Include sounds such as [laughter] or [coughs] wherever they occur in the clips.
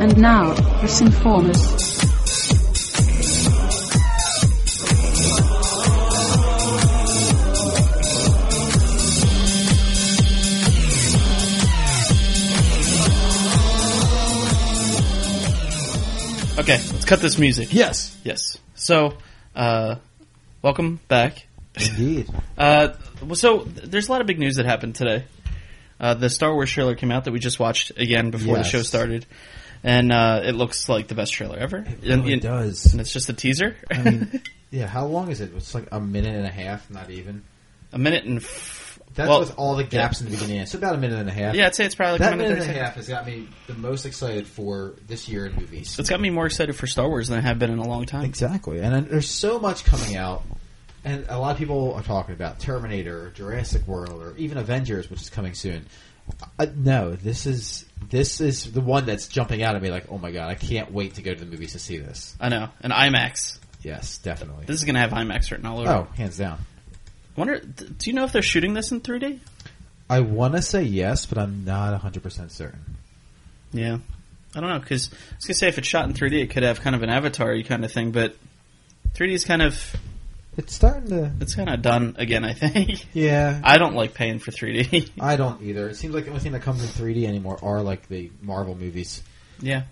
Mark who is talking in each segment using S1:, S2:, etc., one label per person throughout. S1: And now, let's inform us.
S2: Okay, let's cut this music.
S3: Yes.
S2: Yes. So, uh, welcome back.
S3: Indeed.
S2: Uh, well, so th- there's a lot of big news that happened today. Uh, the Star Wars trailer came out that we just watched again before the
S3: Yes.
S2: show started, and uh, it looks like the best trailer ever. It and,
S3: It
S2: and-
S3: Oh, does.
S2: and it's just a teaser,
S3: I mean, yeah, how long is it? It's like a minute and a half, not even.
S2: [laughs] a minute and. F-
S3: That's
S2: well,
S3: with all the gaps in the beginning. It's about a minute and a half.
S2: yeah, I'd say it's probably like
S3: that
S2: a minute
S3: minute
S2: and
S3: and
S2: 30
S3: a half has got me the most excited for this year in movies.
S2: It's got me more excited for Star Wars than I have been in a long time.
S3: Exactly, and then there's so much coming out, and a lot of people are talking about Terminator, Jurassic World, or even Avengers, which is coming soon. Uh, no, this is this is the one that's jumping out at me like, oh my god, I can't wait to go to the movies to see this.
S2: I know, and IMAX.
S3: Yes, definitely.
S2: This is gonna have IMAX written all over.
S3: Oh, hands down.
S2: I wonder, d- do you know if they're shooting this in 3D?
S3: I want to say yes, but I'm not 100% certain.
S2: Yeah, I don't know because I was gonna say if it's shot in 3D, it could have kind of an avatar kind of thing, but 3D is kind of
S3: It's starting to.
S2: it's kind of done again. I think [laughs]
S3: Yeah.
S2: I don't like paying for [laughs] 3D.
S3: I don't either. It seems like the only thing that comes in 3D anymore are like the Marvel [laughs] movies.
S2: yeah,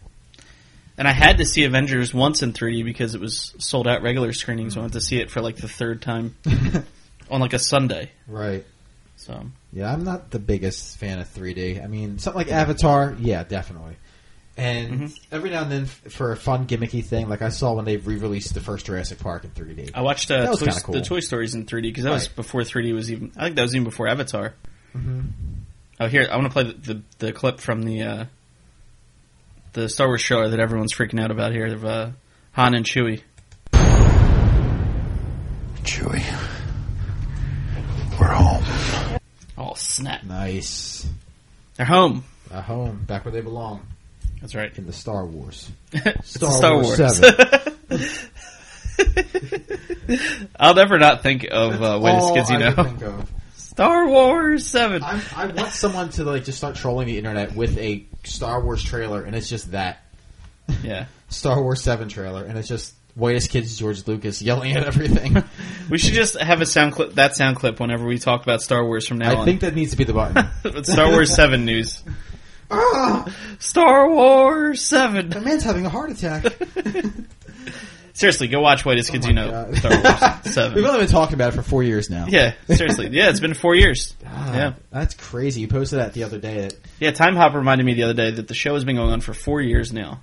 S2: and I had to see Avengers once in 3D because it was sold out regular screenings. I went to see it for like the third time on like a Sunday.
S3: right.
S2: So
S3: Yeah, I'm not the biggest fan of 3D. I mean, something like Avatar, yeah, definitely. And every now and then, f- for a fun gimmicky thing, like I saw when they re-released the first Jurassic Park in 3D.
S2: I watched uh,
S3: That was
S2: Toy,
S3: kinda cool.
S2: the Toy Stories in 3D because that was
S3: Right.
S2: before 3D was even. I think that was even before Avatar.
S3: Mm-hmm.
S2: Oh, here I want to play the, the the clip from the uh, the Star Wars trailer that everyone's freaking out about here of uh, Han and Chewie.
S4: Chewy. We're home.
S2: Oh snap!
S3: Nice,
S2: They're home.
S3: a home back where they belong
S2: That's right.
S3: in the Star [laughs] Wars.
S2: it's
S3: Star,
S2: Star
S3: Wars.
S2: Wars.
S3: 7.
S2: I'll never not think of uh, Wait a
S3: All Oh, I
S2: Skizzy
S3: could
S2: now.
S3: think
S2: [laughs]
S3: of.
S2: Star Wars Seven.
S3: I'm, I want someone to like just start trolling the internet with a Star Wars trailer, and it's just that
S2: Yeah,
S3: [laughs] Star Wars Seven trailer, and it's just whitest kids George Lucas yelling at
S2: [laughs]
S3: everything.
S2: we should just have a sound clip. That sound clip whenever we talk about Star Wars from now
S3: I
S2: on.
S3: think that needs to be the button.
S2: It's [laughs] Star Wars Seven news.
S3: ah,
S2: Star Wars Seven.
S3: the man's having a heart
S2: [laughs]
S3: attack. Oh
S2: Seriously, go watch White as Kids
S3: my
S2: You Know
S3: God.
S2: Star
S3: [laughs]
S2: Wars
S3: We've
S2: Seven.
S3: only been talking about it for four years now.
S2: yeah, seriously. Yeah, it's been four years.
S3: God,
S2: Yeah,
S3: that's crazy. You posted that the other day. That
S2: yeah. Time Hop reminded me the other day that the show has been going on for four years now,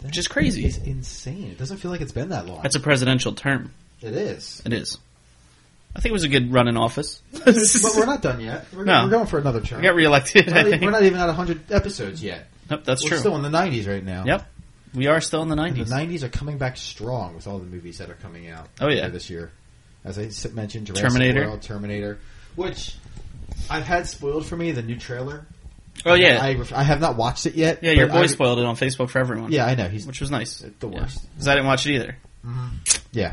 S2: which is crazy.
S3: It's insane. It doesn't feel like it's been that long.
S2: That's a presidential term.
S3: it is.
S2: [laughs] It is. I think it was a good run in office.
S3: but we're not done yet. We're,
S2: No.
S3: we're going for another term.
S2: We [laughs] got reelected.
S3: We're not
S2: I
S3: e-
S2: think.
S3: we're not even at 100 episodes yet.
S2: Nope, that's
S3: we're
S2: true.
S3: still in the 90s right now.
S2: Yep, we are still in the nineties.
S3: The 90s are coming back strong with all the movies that are coming out.
S2: Oh, yeah.
S3: this year, as I s- mentioned, Jurassic
S2: Terminator.
S3: World, Terminator, which I've had spoiled for me the new trailer.
S2: Oh yeah,
S3: I, ref- I have not watched it yet.
S2: yeah. Your
S3: but
S2: boy
S3: I-
S2: spoiled it on Facebook for everyone.
S3: Yeah, I know he's
S2: which was nice.
S3: the worst. Mm-hmm.
S2: because I didn't watch it either.
S3: Yeah.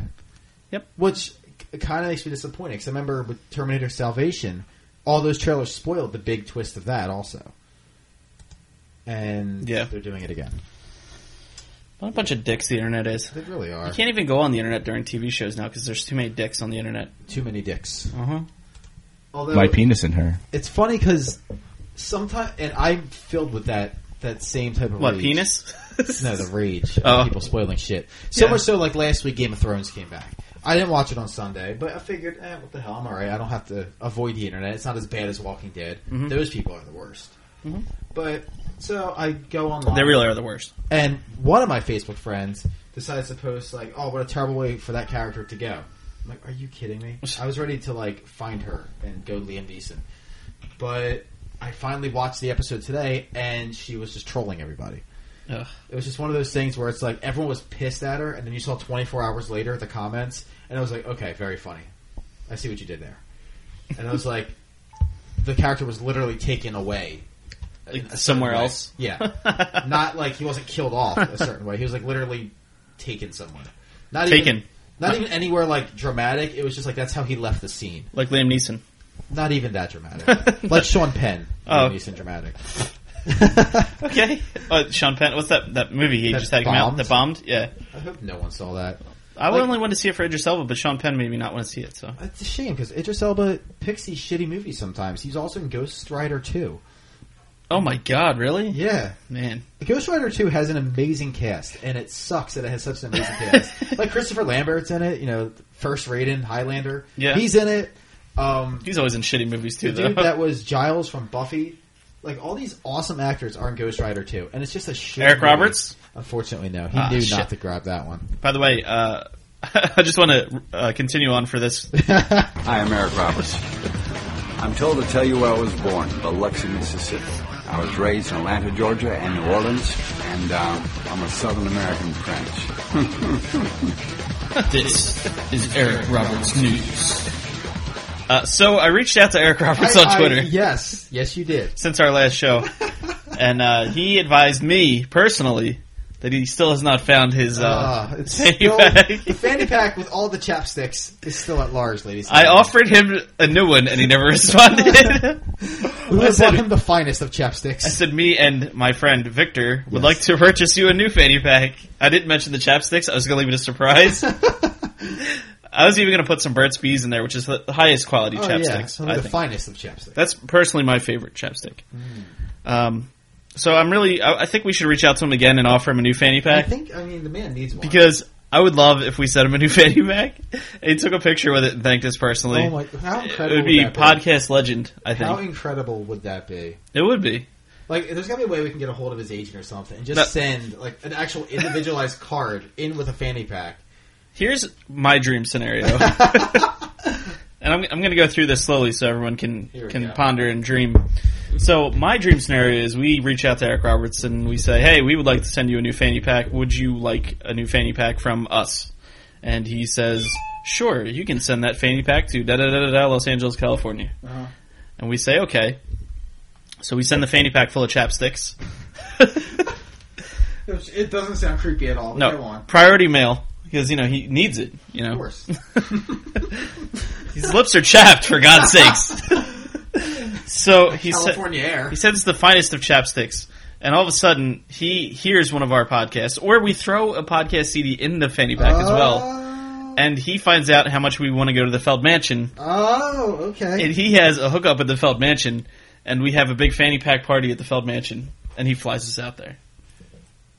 S2: Yep.
S3: Which kind of makes me disappointed because I remember with Terminator Salvation, all those trailers spoiled the big twist of that also. And
S2: Yeah.
S3: they're doing it again.
S2: What a bunch of dicks the internet is.
S3: They really
S2: You
S3: are
S2: can't even go on the internet during TV shows now because there's too many dicks on the internet.
S3: too many dicks.
S2: Uh huh.
S3: Although
S4: My penis in her.
S3: it's funny because sometimes, and I'm filled with that that same type of
S2: What
S3: rage.
S2: penis?
S3: [laughs]
S2: [laughs]
S3: No, the rage. of
S2: Oh.
S3: People spoiling shit. So
S2: Yeah.
S3: much so, like last week, Game of Thrones came back. I didn't watch it on Sunday, but I figured, eh, what the hell? I'm all right. I don't have to avoid the internet. It's not as bad as Walking Dead.
S2: Mm-hmm.
S3: Those people are the worst. But so I go online.
S2: They really are the worst.
S3: And one of my Facebook friends decides to post like, "Oh, what a terrible way for that character to go." I'm like, "Are you kidding me?" I was ready to like find her and go Liam Neeson, but I finally watched the episode today, and she was just trolling everybody.
S2: Ugh.
S3: It was just one of those things where it's like everyone was pissed at her, and then you saw 24 hours later the comments, and I was like, "Okay, very funny. I see what you did there." and I was like, [laughs] the character was literally taken away. in
S2: Like,
S3: a certain
S2: somewhere
S3: way.
S2: else?
S3: Yeah.
S2: [laughs]
S3: Not like he wasn't killed off a certain way. He was like literally taken somewhere. Not
S2: Taken.
S3: Even, not even anywhere like dramatic. It was just like that's how he left the scene.
S2: like Liam Neeson.
S3: Not even that
S2: [laughs]
S3: dramatic. like Sean Penn.
S2: Oh.
S3: Liam
S2: [laughs]
S3: Neeson dramatic.
S2: Okay. Uh, Sean Penn. What's that? That movie he
S3: That
S2: just had come out.
S3: bombed?
S2: That bombed. Yeah.
S3: I hope no one saw that.
S2: I
S3: Like-
S2: only wanted to see it for Idris Elba, but Sean Penn made me not want to see it. So
S3: It's a shame because Idris Elba picks these shitty movies sometimes. He's also in Ghost Rider 2.
S2: Oh my god, really?
S3: Yeah.
S2: Man.
S3: Ghost Rider 2 has an amazing cast, and it sucks that it has such an
S2: [laughs]
S3: amazing cast. Like Christopher Lambert's in it, you know, first Raiden, Highlander.
S2: Yeah.
S3: He's in it. Um,
S2: He's always in shitty movies
S3: the
S2: too though.
S3: dude that was Giles from Buffy. Like, all these awesome actors are in Ghost Rider 2, and it's just a shit.
S2: [laughs] Eric
S3: movie.
S2: Roberts?
S3: Unfortunately, no. He
S2: Ah,
S3: knew
S2: shit.
S3: not to grab that one.
S2: By the way, uh, [laughs] I just want to uh, continue on for this.
S4: Hi, I'm Eric Roberts. I'm told to tell you where I was born, Biloxi, Mississippi. I was raised in Atlanta, Georgia, and New Orleans, and um, I'm a Southern American French.
S2: [laughs] This is Eric Roberts news. Uh, so I reached out to Eric Roberts on
S3: I- I-
S2: Twitter
S3: [laughs] yes. Yes, you did.
S2: since our last show, and uh, he advised me personally that he still has not found his. Uh,
S3: Uh, it's
S2: fanny [laughs]
S3: still,
S2: pack.
S3: the fanny pack with all the chapsticks is still at large, ladies. and
S2: I
S3: gentlemen.
S2: offered him a new one, and he never [laughs]
S3: [laughs]
S2: responded.
S3: We
S2: I
S3: would
S2: said-
S3: bought him the finest of
S2: I
S3: chapsticks.
S2: said, "Me and my friend Victor would
S3: Yes.
S2: like to purchase you a new fanny pack." I didn't mention the chapsticks. I was going to leave it a
S3: [laughs]
S2: surprise. I was even going to put some Burt's Bees in there, which is the highest quality
S3: Oh, yeah,
S2: chapsticks.
S3: some
S2: I
S3: of the
S2: think.
S3: finest of chapsticks.
S2: That's personally my favorite chapstick.
S3: Mm.
S2: Um, so I'm really. I, I think we should reach out to him again and offer him a new fanny
S3: I
S2: pack
S3: think, I mean, the man needs one.
S2: because I would love if we sent him a new [laughs] fanny pack. And he took a picture with it and thanked us personally.
S3: oh my, how
S2: it
S3: incredible
S2: would be
S3: that
S2: podcast legend. I
S3: How
S2: think
S3: incredible would that be?
S2: it would be.
S3: Like, there's got to be a way we can get a hold of his agent or something and just
S2: That-
S3: send like an actual individualized [laughs] card in with a fanny pack.
S2: Here's my dream
S3: [laughs]
S2: scenario. and I'm, I'm going to go through this slowly so everyone can
S3: Here we
S2: can
S3: go.
S2: ponder and dream. So my dream scenario is we reach out to Eric Roberts and we say, "Hey, we would like to send you a new fanny pack. Would you like a new fanny pack from us?" And he says, "Sure, you can send that fanny pack to da da da da da Los Angeles, California."
S3: Uh-huh.
S2: And we say, "Okay." So we send the fanny pack full of chapsticks.
S3: It doesn't sound creepy at all.
S2: No, priority mail because you know he needs it. You know, [laughs]
S3: Of course.
S2: His lips are chapped, for God's
S3: [laughs]
S2: sakes. so he said,
S3: California air.
S2: he said it's the finest of chapsticks. And all of a sudden, he hears one of our podcasts, or we throw a podcast CD in the fanny pack as well.
S3: Oh,
S2: And he finds out how much we want to go to the Feld Mansion.
S3: oh, okay.
S2: And he has a hookup at the Feld Mansion. And we have a big fanny pack party at the Feld Mansion. And he flies us out there.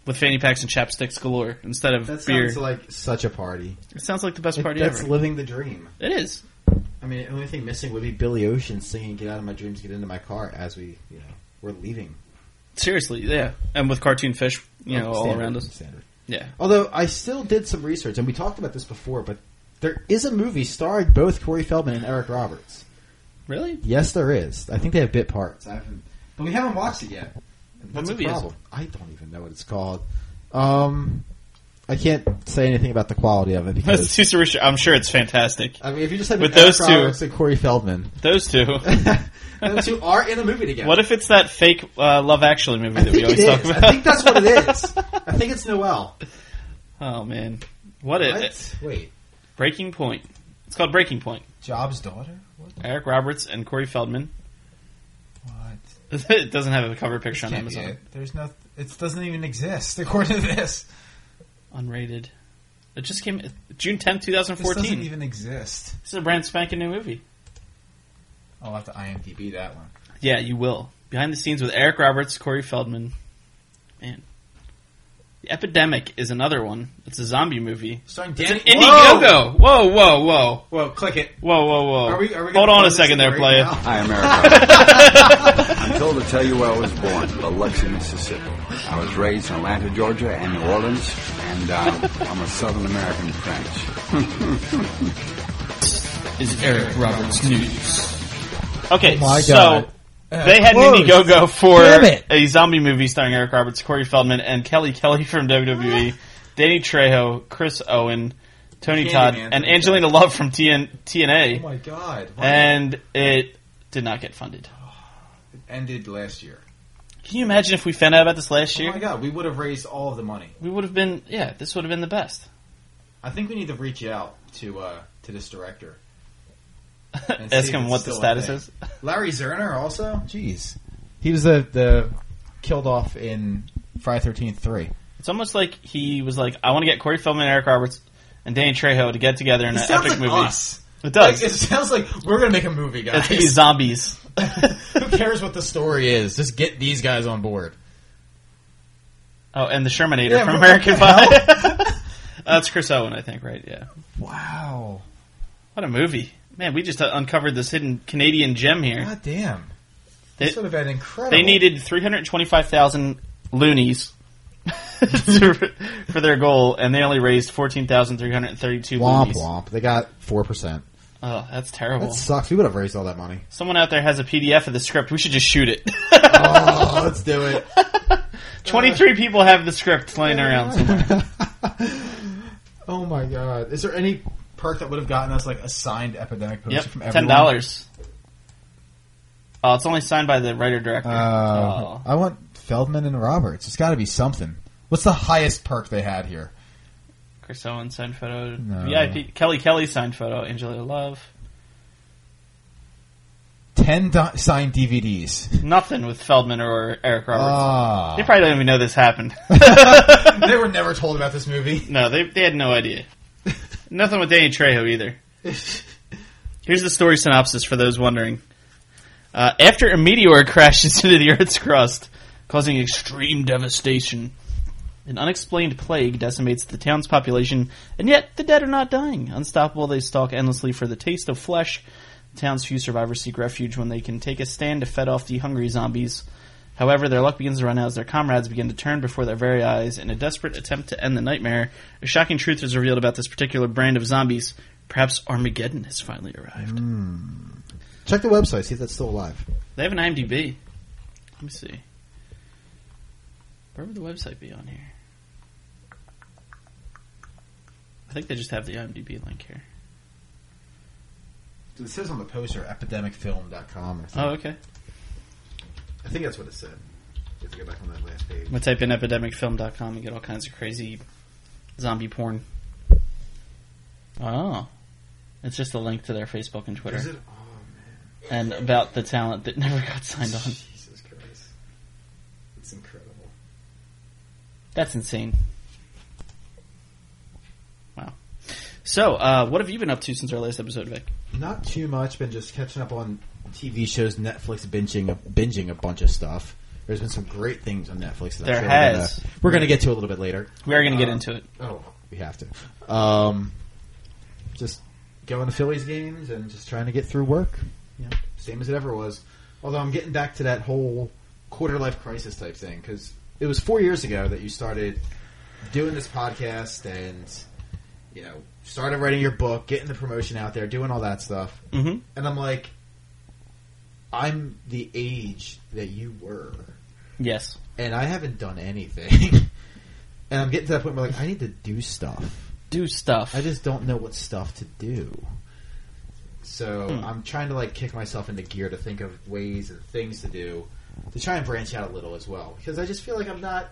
S2: With fanny packs and chapsticks galore instead of
S3: that
S2: beer.
S3: sounds like such a party.
S2: it sounds like the best party
S3: That's
S2: ever.
S3: living the dream.
S2: it is.
S3: I mean, the only thing missing would be Billy Ocean singing "Get Out of My Dreams, Get Into My Car" as we, you know, we're leaving.
S2: Seriously, yeah. And with cartoon fish, you know, all
S3: Oh, Standard,
S2: around us.
S3: Standard.
S2: Yeah.
S3: Although I still did some research, and we talked about this before, but there is a movie starring both Corey Feldman and Eric Roberts.
S2: Really?
S3: Yes, there is. I think they have bit parts. I haven't, but we haven't watched it yet. That's
S2: movie
S3: a
S2: is it?
S3: problem. I don't even know what it's called. Um, I can't say anything about the
S2: [laughs]
S3: quality of it
S2: That's
S3: because
S2: too serious. I'm sure it's fantastic.
S3: I mean, if you just have
S2: With
S3: Eric
S2: those two-
S3: Roberts and Corey Feldman,
S2: [laughs] Those
S3: [laughs]
S2: two.
S3: those two are in a movie together.
S2: What if it's that fake uh, Love Actually movie
S3: I
S2: that we
S3: think
S2: always
S3: it is.
S2: talk about?
S3: I think that's what it is. I think it's Noel.
S2: [laughs] oh man, what a
S3: What? Wait,
S2: Breaking Point. It's called Breaking Point.
S3: Job's daughter? What?
S2: Eric Roberts and Corey Feldman. [laughs]
S5: What?
S2: it doesn't have a cover picture on
S5: Can't be
S2: Amazon.
S5: it. There's no. It doesn't even exist [laughs] according to this.
S2: Unrated. It just came June tenth, two thousand
S5: This
S2: fourteen.
S5: doesn't even exist.
S2: This is a brand spanking new movie.
S5: I'll have to IMDb that one.
S2: Yeah, you will. Behind the scenes with Eric Roberts, Corey Feldman. Man, The Epidemic is another one. It's a zombie movie.
S5: Starring
S2: It's an
S5: Danny.
S2: Indiegogo. Whoa, whoa, whoa.
S5: Whoa, click it.
S2: Whoa, whoa, whoa.
S5: Are we- are we
S2: Hold
S5: gonna
S2: on
S5: play
S2: a
S5: this
S2: second
S5: thing
S2: there,
S5: right
S2: player.
S5: now?
S4: Hi, I'm Eric Roberts. I'm told to tell you where I was born, Biloxi, Mississippi. I was raised in Atlanta, Georgia, and New Orleans, and um, I'm a Southern American French.
S2: Is Eric Roberts News. Okay,
S3: Oh my
S2: so
S3: God.
S2: they had an
S5: Uh, Close.
S2: Indiegogo for
S5: Damn it.
S2: a zombie movie starring Eric Roberts, Corey Feldman, and Kelly Kelly from WWE, Danny Trejo, E, Chris Owen, Tony
S3: Candyman
S2: Todd,
S3: from
S2: and
S3: Candyman.
S2: Angelina Love from TN, TNA,
S5: Oh my god! Wow.
S2: and it did not get funded.
S5: It ended last year.
S2: Can you imagine if we found out about this last
S5: Oh
S2: year?
S5: my god, we would have raised all of the money.
S2: we would have been, yeah, this would have been the best.
S5: I think we need to reach out to uh, to this director. [laughs] And see
S2: [laughs] Ask
S5: if
S2: him
S5: it's
S2: what the
S5: still a
S2: status
S5: thing.
S2: is.
S5: Larry Zerner also. Jeez, he was the the killed off in Friday Thirteenth Three.
S2: It's almost like he was like, I want to get Corey Feldman, Eric Roberts, and Danny Trejo to get together in
S5: It
S2: an
S5: sounds
S2: epic
S5: like
S2: movie.
S5: us.
S2: It does.
S5: Like, it sounds like we're gonna make a movie,
S2: it's
S5: guys.
S2: gonna be zombies.
S5: [laughs] Who cares what the story is? Just get these guys on board.
S2: Oh, and the Shermanator
S5: Yeah,
S2: from
S5: what the
S2: American Pie.
S5: [laughs]
S2: That's Chris Owen, I think, right? Yeah.
S5: Wow.
S2: What a movie. Man, we just uh, uncovered this hidden Canadian gem here.
S5: God damn.
S2: They-
S5: this would have been incredible.
S2: They needed 325,000 loonies [laughs] to- for their goal, and they only raised 14,332
S3: Womp
S2: loonies.
S3: womp. They got four percent.
S2: Oh, that's terrible.
S3: That sucks. We would have raised all that
S5: [laughs]
S3: money.
S2: Someone out there has a PDF of the script. We should just shoot it.
S3: Oh, let's
S2: [laughs]
S3: do it.
S2: 23 people have the script laying around somewhere.
S5: [laughs]
S3: oh my god.
S5: Is there any perk that would have gotten us like a signed epidemic poster
S2: Yep,
S5: from everyone?
S2: $10. Oh, it's only signed by the writer director.
S5: Uh,
S2: oh.
S5: I want Feldman and Roberts. It's got to be something. What's the highest perk they had here?
S2: Chris Owen signed photo.
S5: No.
S2: VIP. Kelly Kelly signed photo. Angelina Love.
S5: Ten di- signed DVDs.
S2: Nothing with Feldman or Eric Roberts.
S5: Ah,
S2: they probably don't even know this happened. [laughs]
S5: they were never told about this movie.
S2: no, they, they had no idea. Nothing with Danny Trejo either.
S3: [laughs]
S2: Here's the story synopsis for those wondering. Uh, after a meteor [laughs] crashes into the Earth's crust, causing extreme devastation, an unexplained plague decimates the town's population, and yet the dead are not dying. Unstoppable, they stalk endlessly for the taste of flesh. The town's few survivors seek refuge when they can take a stand to fend off the hungry zombies. However, their luck begins to run out as their comrades begin to turn before their very eyes. In a desperate attempt to end the nightmare, a shocking truth is revealed about this particular brand of zombies. Perhaps Armageddon has finally arrived.
S3: Check the website. See if that's still alive.
S2: They have an IMDb. Let me see. Where would the website be on here? I think they just have the IMDb link here.
S5: It says on the poster epidemicfilm.com.
S2: Oh, okay. Oh.
S3: I think that's what it said. You have to go back on that last page.
S2: I'm gonna type in epidemicfilm.com and get all kinds of crazy zombie porn. Oh, it's just a link to their Facebook and Twitter,
S3: Is it? Oh
S2: and about the talent that [laughs] never got signed
S3: man.
S2: on.
S3: Jesus Christ. It's incredible.
S2: That's insane. Wow. So, uh, what have you been up to since our last episode, Vic?
S3: Not too much. Been just catching up on TV shows, Netflix binging, binging a bunch of stuff. There's been some great things on Netflix. That I'm
S2: There
S3: sure
S2: has.
S3: We're gonna, we're gonna get to a little bit later.
S2: We are going to get
S3: Um,
S2: into it.
S3: Oh, we have to. Um, just going to Phillies games and just trying to get through work. You know, same as it ever was. Although I'm getting back to that whole quarter life crisis type thing because it was four years ago that you started doing this podcast and you know started writing your book, getting the promotion out there, doing all that stuff.
S2: Mm-hmm.
S3: And I'm like, I'm the age that you were,
S2: Yes.
S3: and I haven't done anything. [laughs] and I'm getting to that point where like I need to do stuff.
S2: Do stuff.
S3: I just don't know what stuff to do. So
S2: Hmm.
S3: I'm trying to like kick myself into gear to think of ways and things to do to try and branch out a little as well because I just feel like I'm not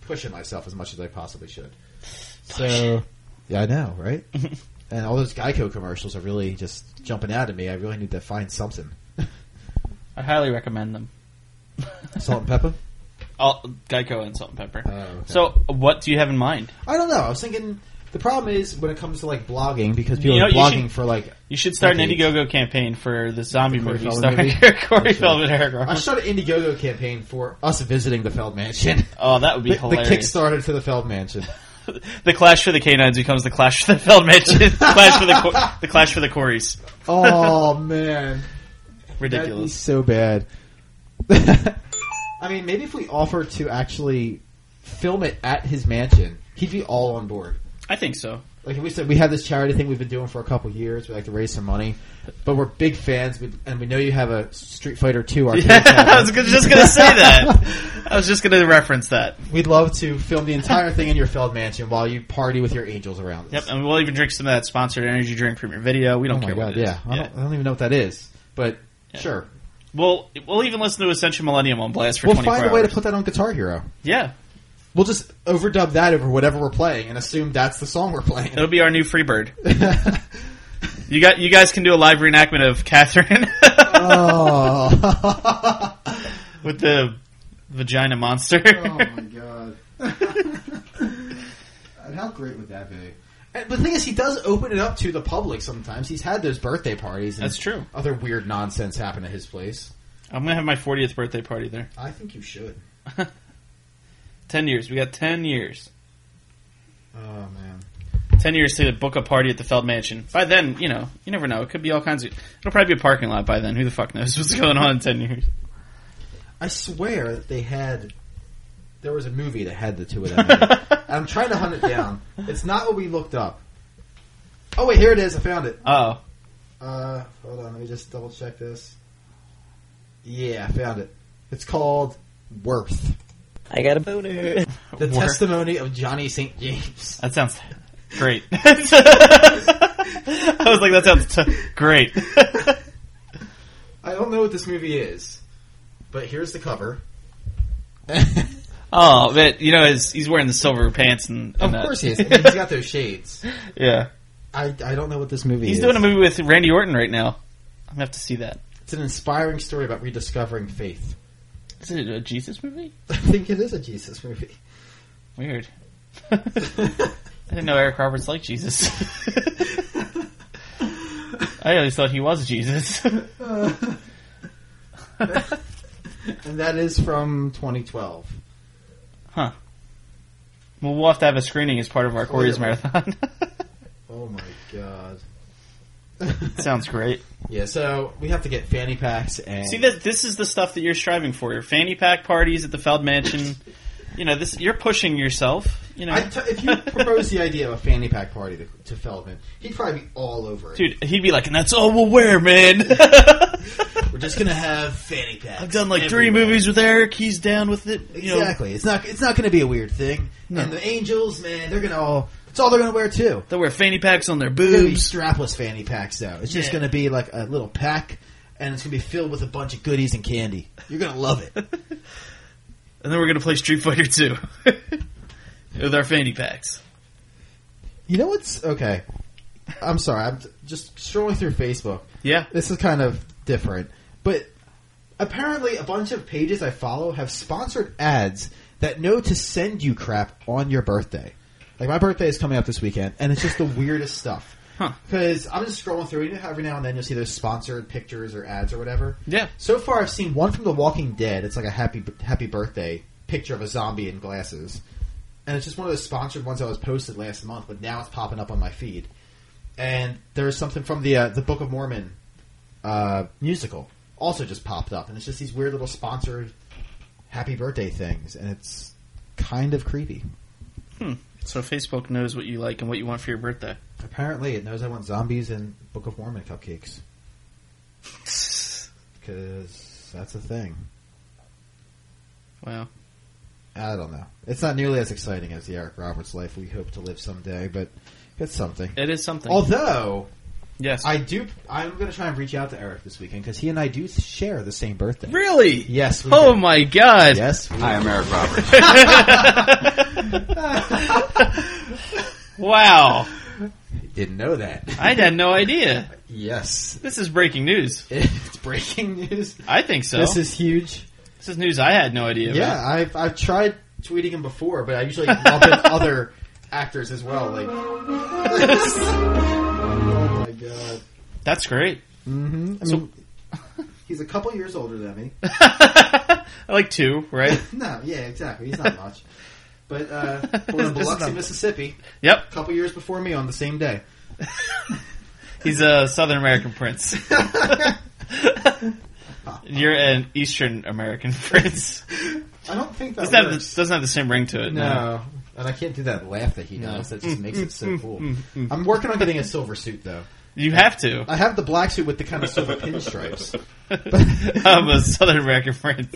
S3: pushing myself as much as I possibly should. So yeah, I know,
S2: [laughs]
S3: right? and all those Geico commercials are really just jumping out at me. I really need to find something.
S2: I highly recommend them.
S3: [laughs] Salt and
S2: [laughs]
S3: pepper.
S2: All, Geico and Salt and Pepper.
S3: Oh, okay.
S2: So, what do you have in mind?
S3: I don't know. I was thinking the problem is when it comes to like blogging because people
S2: You know,
S3: are
S2: you
S3: blogging
S2: should-
S3: for like
S2: You should start an
S3: Okay.
S2: Indiegogo campaign for the zombie
S3: Corey
S2: movie
S3: Feldman
S2: starring
S3: movie?
S2: [laughs] Corey
S3: I should.
S2: Feldman and Eric
S3: I
S2: Roberts.
S3: shot an Indiegogo campaign for us visiting the Feld Mansion.
S2: Oh, that would be
S3: The, the
S2: hilarious. The,
S3: Kickstarter for the
S2: [laughs]
S3: Feld Mansion.
S2: Clash for the Canines becomes the Clash for the
S3: [laughs]
S2: Feldman. clash for the Cor- the Clash for the Corys.
S3: Oh man, that'd be
S2: Ridiculous.
S3: so bad. [laughs] I mean, maybe if we offer to actually film it at his mansion, he'd be all on board.
S2: I think so.
S3: Like we said, we have this charity thing we've been doing for a couple years. We like to raise some money, but we're big fans, we, and we know you have a Street Fighter Two arcade.
S2: [laughs] Yeah, I
S3: cabinet.
S2: was gonna- just gonna say [laughs] that. I was just gonna reference that.
S3: [laughs] We'd love to film the entire thing in your Feld mansion while you party with your angels around. Us.
S2: Yep, and we'll even drink some of that sponsored energy drink from your video. We don't
S3: Oh my
S2: care what
S3: god!
S2: it is.
S3: Yeah. I, don't, I don't even know what that is, but sure.
S2: We'll we'll even listen to Ascension Millennium on blast for
S3: We'll
S2: 24
S3: find a way to
S2: hours.
S3: put that on Guitar Hero.
S2: yeah,
S3: We'll just overdub that over whatever we're playing and assume that's the song we're playing. [laughs]
S2: it'll be our new Freebird. You got you guys can do a live reenactment of Catherine
S3: oh.
S2: [laughs]
S3: [laughs]
S2: with the vagina monster.
S6: Oh my god. [laughs] And How great would that be?
S3: And the thing is, he does open it up to the public sometimes. He's had those birthday parties. And
S2: That's true.
S3: Other weird nonsense happen at his place.
S2: I'm gonna have my 40th birthday party there.
S3: I think you should.
S2: Ten years. We got ten years.
S3: Oh man.
S2: Ten years to book a party at the Feld Mansion. By then, you know, you never know. It could be all kinds of. It'll probably be a parking lot by then. Who the fuck knows
S3: [laughs]
S2: what's going on in ten years?
S3: I swear that they had. There was a movie that had the two of
S2: [laughs]
S3: them. in it. And I'm trying to hunt it down. It's not what we looked up. Oh wait, here it is. I found it.
S2: Oh,
S3: Uh, hold on. Let me just double check this. Yeah, I found it. It's called Worth.
S7: I got a boner.
S3: [laughs] The
S2: Worth.
S3: testimony of Johnny St. James.
S2: that sounds great. [laughs] I was like, that sounds t- great.
S3: [laughs] I don't know what this movie is, but here's
S2: [laughs]
S3: the cover.
S2: oh, but you know, he's, he's wearing the silver pants and, and
S3: Of
S2: that. [laughs]
S3: course he is. And he's got those shades.
S2: yeah,
S3: I, I don't know what this movie
S2: he's
S3: is.
S2: doing a movie with Randy Orton right now. I'm gonna have to see that.
S3: it's an inspiring story about rediscovering faith. [laughs]
S2: Is it a Jesus movie?
S3: I think it is a Jesus movie. [laughs]
S2: Weird. [laughs] I didn't know Eric Roberts liked Jesus. [laughs] I always thought he was Jesus. [laughs]
S3: And that is from 2012.
S2: Well, we'll have to have a screening as part of our Corey's marathon. [laughs]
S3: Oh my god.
S2: Sounds great.
S3: [laughs] Yeah, so we have to get fanny packs and.
S2: See, this, this is the stuff that you're striving for. Your fanny pack parties at the Feld Mansion. You know, this you're pushing yourself. You know,
S3: I t- if you propose the idea of a fanny pack party to, to Feldman, he'd probably be all over it.
S2: [laughs] dude, he'd be like, and that's all we'll wear,
S3: [laughs]
S2: man.
S3: We're just gonna have fanny packs.
S2: I've done like three
S3: everywhere.
S2: movies with Eric. He's down with it. You know,
S3: Exactly. It's not. It's not gonna be a weird thing. And the angels, man, they're gonna all. It's all they're gonna wear too.
S2: they wear fanny packs on their
S3: They're gonna be
S2: boobs. [laughs]
S3: strapless fanny packs though. It's just
S2: Yeah.
S3: gonna be like a little pack, and it's gonna be filled with a bunch of goodies and candy. You're gonna
S2: [laughs]
S3: love it.
S2: And then we're gonna play Street Fighter 2 [laughs] with our fanny packs.
S3: you know what's okay? I'm sorry. I'm just scrolling through Facebook.
S2: Yeah.
S3: This is kind of different, but apparently a bunch of pages I follow have sponsored ads that know to send you crap on your birthday. Like my birthday is coming up this weekend, and it's
S2: [laughs]
S3: just the weirdest stuff.
S2: Huh.
S3: Because I'm just scrolling through, and every now and then you'll see those sponsored pictures or ads or whatever.
S2: Yeah.
S3: So far, I've seen one from The Walking Dead. It's like a happy happy birthday picture of a zombie in glasses, and it's just one of those sponsored ones that was posted last month, but now it's popping up on my feed. And there's something from the uh, the Book of Mormon uh, musical also just popped up, and it's just these weird little sponsored happy birthday things, and it's kind of creepy.
S2: So Facebook knows what you like and what you want for your
S3: [laughs]
S2: birthday.
S3: Apparently, it knows I want zombies and Book of Mormon cupcakes because that's a thing.
S2: Wow.
S3: I don't know. It's not nearly as exciting as the Eric Roberts life we hope to live someday, but it's something.
S2: It is something.
S3: Although
S2: yes.
S3: I do, I'm going to try and reach out to Eric this weekend because he and I do share the same birthday.
S2: really?
S3: Yes. We
S2: Oh
S3: do.
S2: my god.
S3: Yes. we
S4: Hi, I'm Eric Roberts.
S2: Wow.
S3: Didn't know that.
S2: I had no idea.
S3: Yes. [laughs]
S2: This is breaking news.
S3: It's breaking news.
S2: I think so.
S3: This
S2: This is,
S3: is huge.
S2: news I had no idea
S3: Yeah,
S2: about.
S3: I've I've tried tweeting him before, but I usually lump in
S2: [laughs]
S3: other actors as well. Like, oh my god.
S2: [laughs] That's great. [laughs]
S3: Mm-hmm. I
S2: So-
S3: mean, [laughs] he's a couple years older than
S2: [laughs]
S3: me.
S2: I like two,
S3: [laughs]
S2: right?
S3: No, yeah, exactly.
S2: [laughs]
S3: He's not much. But uh, born
S2: This is
S3: in Biloxi,
S2: not-
S3: Mississippi,
S2: Yep.
S3: a couple years before me on the same
S2: [laughs]
S3: day.
S2: He's a Southern American
S3: [laughs]
S2: prince. You're an Eastern American prince.
S3: I don't think that
S2: Doesn't have, the,
S3: works.
S2: doesn't have the Mm, same ring to it.
S3: no, and I can't do that laugh that he
S5: No.
S3: does. That just makes it so cool.
S2: mm,
S3: I'm working on getting a silver suit though.
S2: You have
S3: [laughs]
S2: to. [laughs]
S3: I have the black suit with the kind of silver pinstripes.
S2: I'm a Southern American
S3: [laughs]
S2: friend.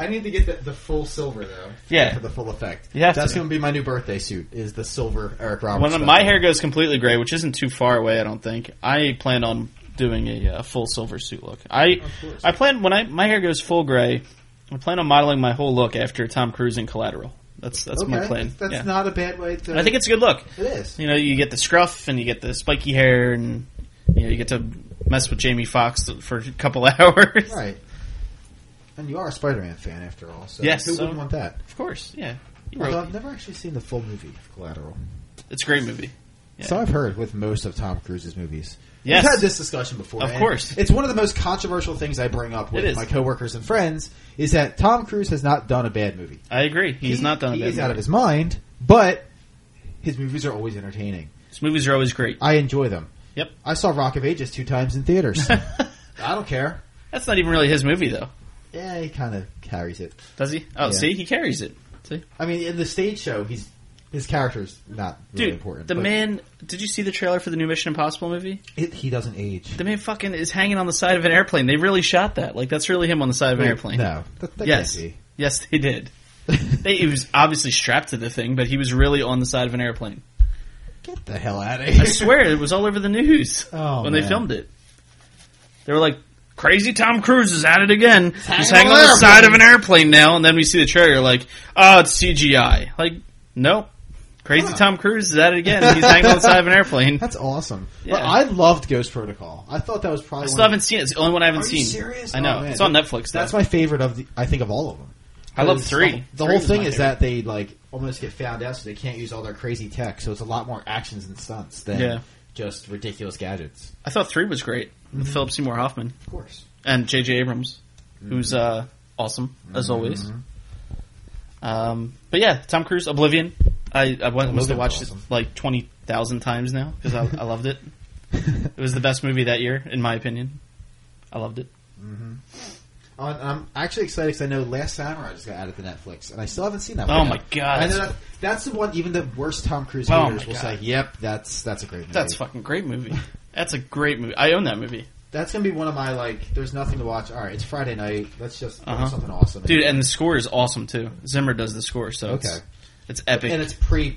S3: I need to get the, the full silver though.
S2: Yeah.
S3: for the full effect.
S2: You have
S3: that's
S2: to.
S3: going to be my new birthday suit. Is the silver Eric Roberts?
S2: When
S3: style.
S2: my hair goes completely gray, which isn't too far away, I don't think. I plan on doing a uh, full silver suit look. I
S3: course.
S2: I plan when I my hair goes full gray, I plan on modeling my whole look after Tom Cruise in Collateral. That's that's my
S3: Okay,
S2: plan.
S3: That's
S2: yeah.
S3: not a bad way to.
S2: I think it's a good look.
S3: it is.
S2: You know, you get the scruff and you get the spiky hair, and you know you get to mess with Jamie Foxx for a couple [laughs] hours.
S3: Right. And you are a Spider-Man fan after all, so
S2: Yes,
S3: who
S2: so-
S3: wouldn't want that?
S2: Of course, yeah. You
S3: Although
S2: wrote,
S3: I've never actually seen the full movie of Collateral.
S2: it's a great movie. Yeah.
S3: So I've heard with most of Tom Cruise's movies.
S2: Yes.
S3: We've had this discussion before.
S2: Of
S3: and
S2: course.
S3: It's one of the most controversial things I bring
S2: It
S3: up with
S2: is.
S3: my coworkers and friends is that Tom Cruise has not done a bad movie.
S2: I agree. He's
S3: He-
S2: not done. a
S3: He
S2: bad
S3: is out of
S2: movie.
S3: his mind, but his movies are always entertaining.
S2: His movies are always great. [laughs]
S3: I enjoy them.
S2: Yep.
S3: I saw Rock of Ages two times
S2: [laughs]
S3: in theaters. I don't care.
S2: That's not even really his movie, though.
S3: Yeah, he kind of carries it.
S2: Does he? Oh,
S3: Yeah.
S2: see, he carries it. See,
S3: I mean, in the stage show, he's his character's not really
S2: dude,
S3: important.
S2: the
S3: but
S2: man. Did you see the trailer for the new Mission Impossible movie?
S3: it, he doesn't age.
S2: The man fucking is hanging on the side of an airplane. They really shot that. Like that's really him on the side of an airplane.
S3: No, that, that
S2: yes,
S3: can't be.
S2: yes, they did. [laughs] they, he was obviously strapped to the thing, but he was really on the side of an airplane.
S3: Get the hell out of
S2: I
S3: here!
S2: swear it was all over the news
S3: [laughs] Oh,
S2: when they
S3: man.
S2: filmed it. They were like, "Crazy Tom Cruise is at it again. He's
S3: hanging
S2: hanging
S3: on
S2: on
S3: an
S2: the side of
S3: airplane."
S2: an airplane now." And then we see the trailer, like, "Oh, it's CGI." Like, nope. Crazy Tom Cruise is at it again. He's hanging on the
S3: [laughs]
S2: side of an airplane.
S3: That's awesome.
S2: Yeah.
S3: But I loved Ghost Protocol. I thought that was
S2: I
S3: probably one
S2: still
S3: of-
S2: haven't seen it. It's the only one I haven't
S3: Are you
S2: seen.
S3: serious?
S2: I know
S3: Oh, man.
S2: it's on Netflix. Though.
S3: That's my favorite of the. I think of all of them.
S2: I love
S3: Because
S2: three.
S3: The, the
S2: Three
S3: whole thing
S2: my
S3: is
S2: favorite.
S3: that they like almost get found out, so they can't use all their crazy tech. So it's a lot more actions and stunts than
S2: Yeah.
S3: just ridiculous gadgets.
S2: I thought three was great with
S3: Mm-hmm.
S2: Philip Seymour Hoffman
S3: Of course.
S2: and J.J. Abrams,
S3: Mm-hmm.
S2: who's uh, awesome as always. Um, but yeah, Tom Cruise, Oblivion. I, I went, must have
S3: Oblivion's
S2: watched
S3: awesome.
S2: it like twenty thousand times now because I, I loved it.
S3: [laughs]
S2: It was the best movie that year, in my opinion. I loved it.
S3: Oh, and I'm actually excited because I know Last Samurai just got added to Netflix, and I still haven't seen that.
S2: Oh
S3: one
S2: my
S3: yet.
S2: God,
S3: I know
S2: that's-
S3: that, that's the one. Even the worst Tom Cruise
S2: Oh
S3: haters
S2: my
S3: will
S2: God.
S3: say, "Yep, that's that's a great movie."
S2: That's a fucking great movie. That's a great movie. I own that movie,
S3: That's gonna be one of my like. There's nothing to watch. All right, it's Friday night. Let's just watch
S2: Uh-huh.
S3: something awesome,
S2: dude. And the score is awesome too. Zimmer does the score, so it's
S3: Okay.
S2: it's epic.
S3: And it's pre.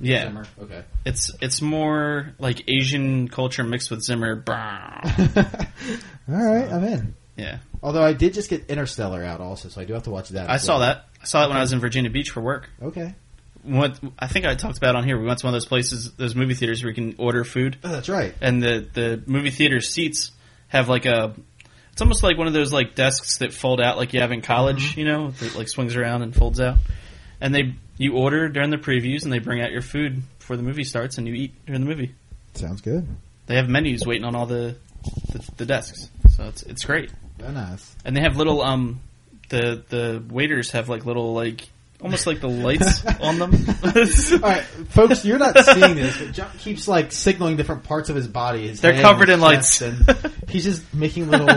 S2: Yeah.
S3: Summer. Okay.
S2: It's it's more like Asian culture mixed with Zimmer. Brrr.
S3: [laughs] All right, I'm in.
S2: Yeah,
S3: Although I did just get Interstellar out also, so I do have to watch that.
S2: I
S3: as
S2: saw
S3: well.
S2: that. I saw that when I was in Virginia Beach for work.
S3: Okay.
S2: We went, I think I talked about it on here. We went to one of those places, those movie theaters where you can order food,
S3: Oh, that's right.
S2: and the the movie theater seats have like a. It's almost like one of those like desks that fold out like you have in college, you know, that like swings around and folds out. And they you order during the previews, and they bring out your food before the movie starts, and you eat during the movie.
S3: Sounds good.
S2: They have menus waiting on all the the, the desks, so it's it's great.
S3: Very nice.
S2: and they have little um the the waiters have like little like almost like the
S3: [laughs]
S2: lights on them [laughs]
S3: All right, folks, you're not seeing this, but John keeps like signaling different parts of his body. His
S2: They're
S3: head,
S2: covered
S3: his
S2: in lights.
S3: chest, and he's just
S2: [laughs]
S3: making little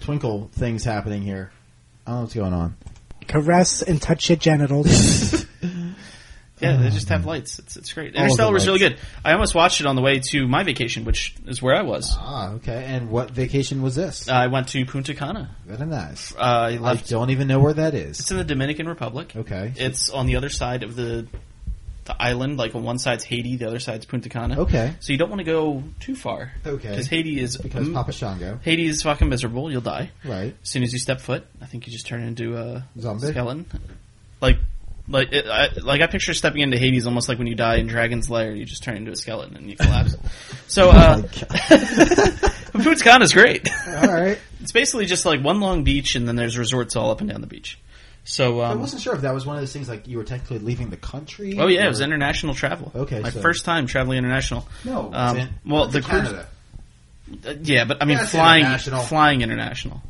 S3: twinkle things happening here. I don't know what's going on.
S8: Caress and touch your genitals.
S2: [laughs] yeah they just have lights it's, it's great interstellar was really good i almost watched it on the way to my vacation which is where i was
S3: Ah, okay. And what vacation was this?
S2: i went to punta cana
S3: Very nice.
S2: uh, i
S3: I
S2: left
S3: don't even know where that is.
S2: it's in the dominican republic
S3: Okay.
S2: it's on the other side of the the island like on one side's haiti the other side's punta cana
S3: Okay.
S2: so you don't want to go too far
S3: Okay.
S2: because haiti is
S3: Because
S2: mm,
S3: Papa Shango,
S2: haiti is fucking miserable you'll die
S3: right?
S2: As soon as you step foot, I think you just turn into a
S3: Zombie?
S2: skeleton. Like, like, it, I, like I picture stepping into Hades almost like when you die in Dragon's Lair, you just turn into a skeleton and you
S3: [laughs]
S2: collapse.
S3: Oh
S2: so, uh, [laughs] Punta Cana's great.
S3: All right.
S2: it's basically just like one long beach, and then there's resorts all up and down the beach. So,
S3: I
S2: um,
S3: wasn't sure if that was one of those things like you were technically leaving the country.
S2: oh yeah,
S3: or-
S2: it was international travel.
S3: Okay,
S2: my
S3: so-
S2: first time traveling international.
S3: No,
S2: Um,
S3: it's in-
S2: well,
S3: it's
S2: the
S3: in
S2: cruise-
S3: Canada.
S2: Uh, yeah, but I mean
S3: That's
S2: flying
S3: international.
S2: flying international.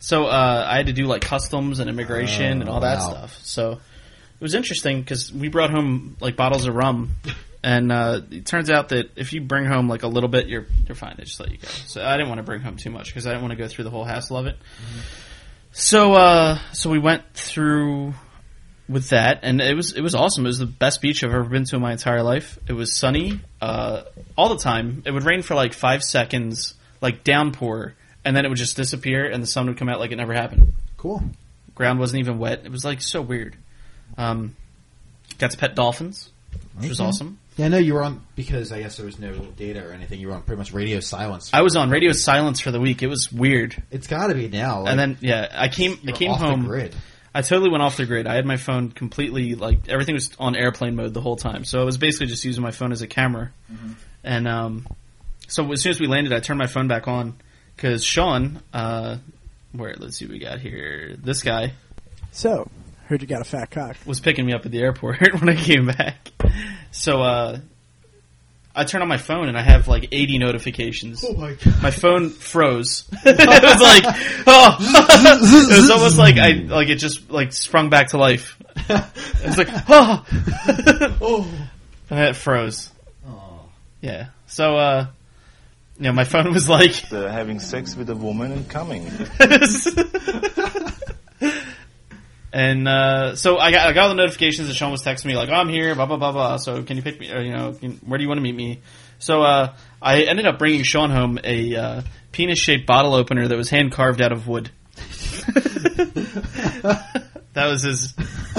S2: So uh, I had to do like customs and immigration and all that
S3: wow.
S2: stuff. So it was interesting because we brought home like bottles of rum, and uh, it turns out that if you bring home like a little bit, you're you're fine. They just let you go. So I didn't want to bring home too much because I didn't want to go through the whole hassle of it. So uh, so we went through with that, and it was it was awesome. It was the best beach I've ever been to in my entire life. It was sunny uh, all the time. It would rain for like five seconds, like downpour, and then it would just disappear, and the sun would come out like it never happened.
S5: Cool.
S2: Ground wasn't even wet. It was like so weird. Um, got to pet dolphins, which was
S5: Okay.
S2: awesome.
S5: Yeah, I know you were on because I guess there was no data or anything. You were on pretty much radio silence.
S2: I was on radio silence for the week. It was weird.
S5: It's got to be now.
S2: And then yeah, I came I
S5: you're
S2: came
S5: off the
S2: home.
S5: grid.
S2: I totally went off the grid. I had my phone completely like everything was on airplane mode the whole time. So I was basically just using my phone as a camera.
S5: Mm-hmm.
S2: And um, so as soon as we landed, I turned my phone back on because Sean, uh, where let's see, what we got here. This guy
S8: So, heard you got a fat cock.
S2: was picking me up at the airport [laughs] when I came back. So uh, I turned on my phone and I have like 80 notifications.
S5: my god!
S2: Oh my phone [laughs] froze. it was like, oh, [laughs] it was almost like I like it just like sprung back to [laughs] life. It [laughs] was like, oh, and it froze. Yeah. So, uh, you know, my phone was like,
S9: uh, having sex with a woman and coming.
S2: [laughs] and uh, so I got I got all the notifications that Sean was texting me like, oh, I'm here, blah blah blah blah. So can you pick me? Or, you know, can, where do you want to meet me? So uh, I ended up bringing Sean home a uh, penis shaped bottle opener that was hand carved out of wood. [laughs] that was his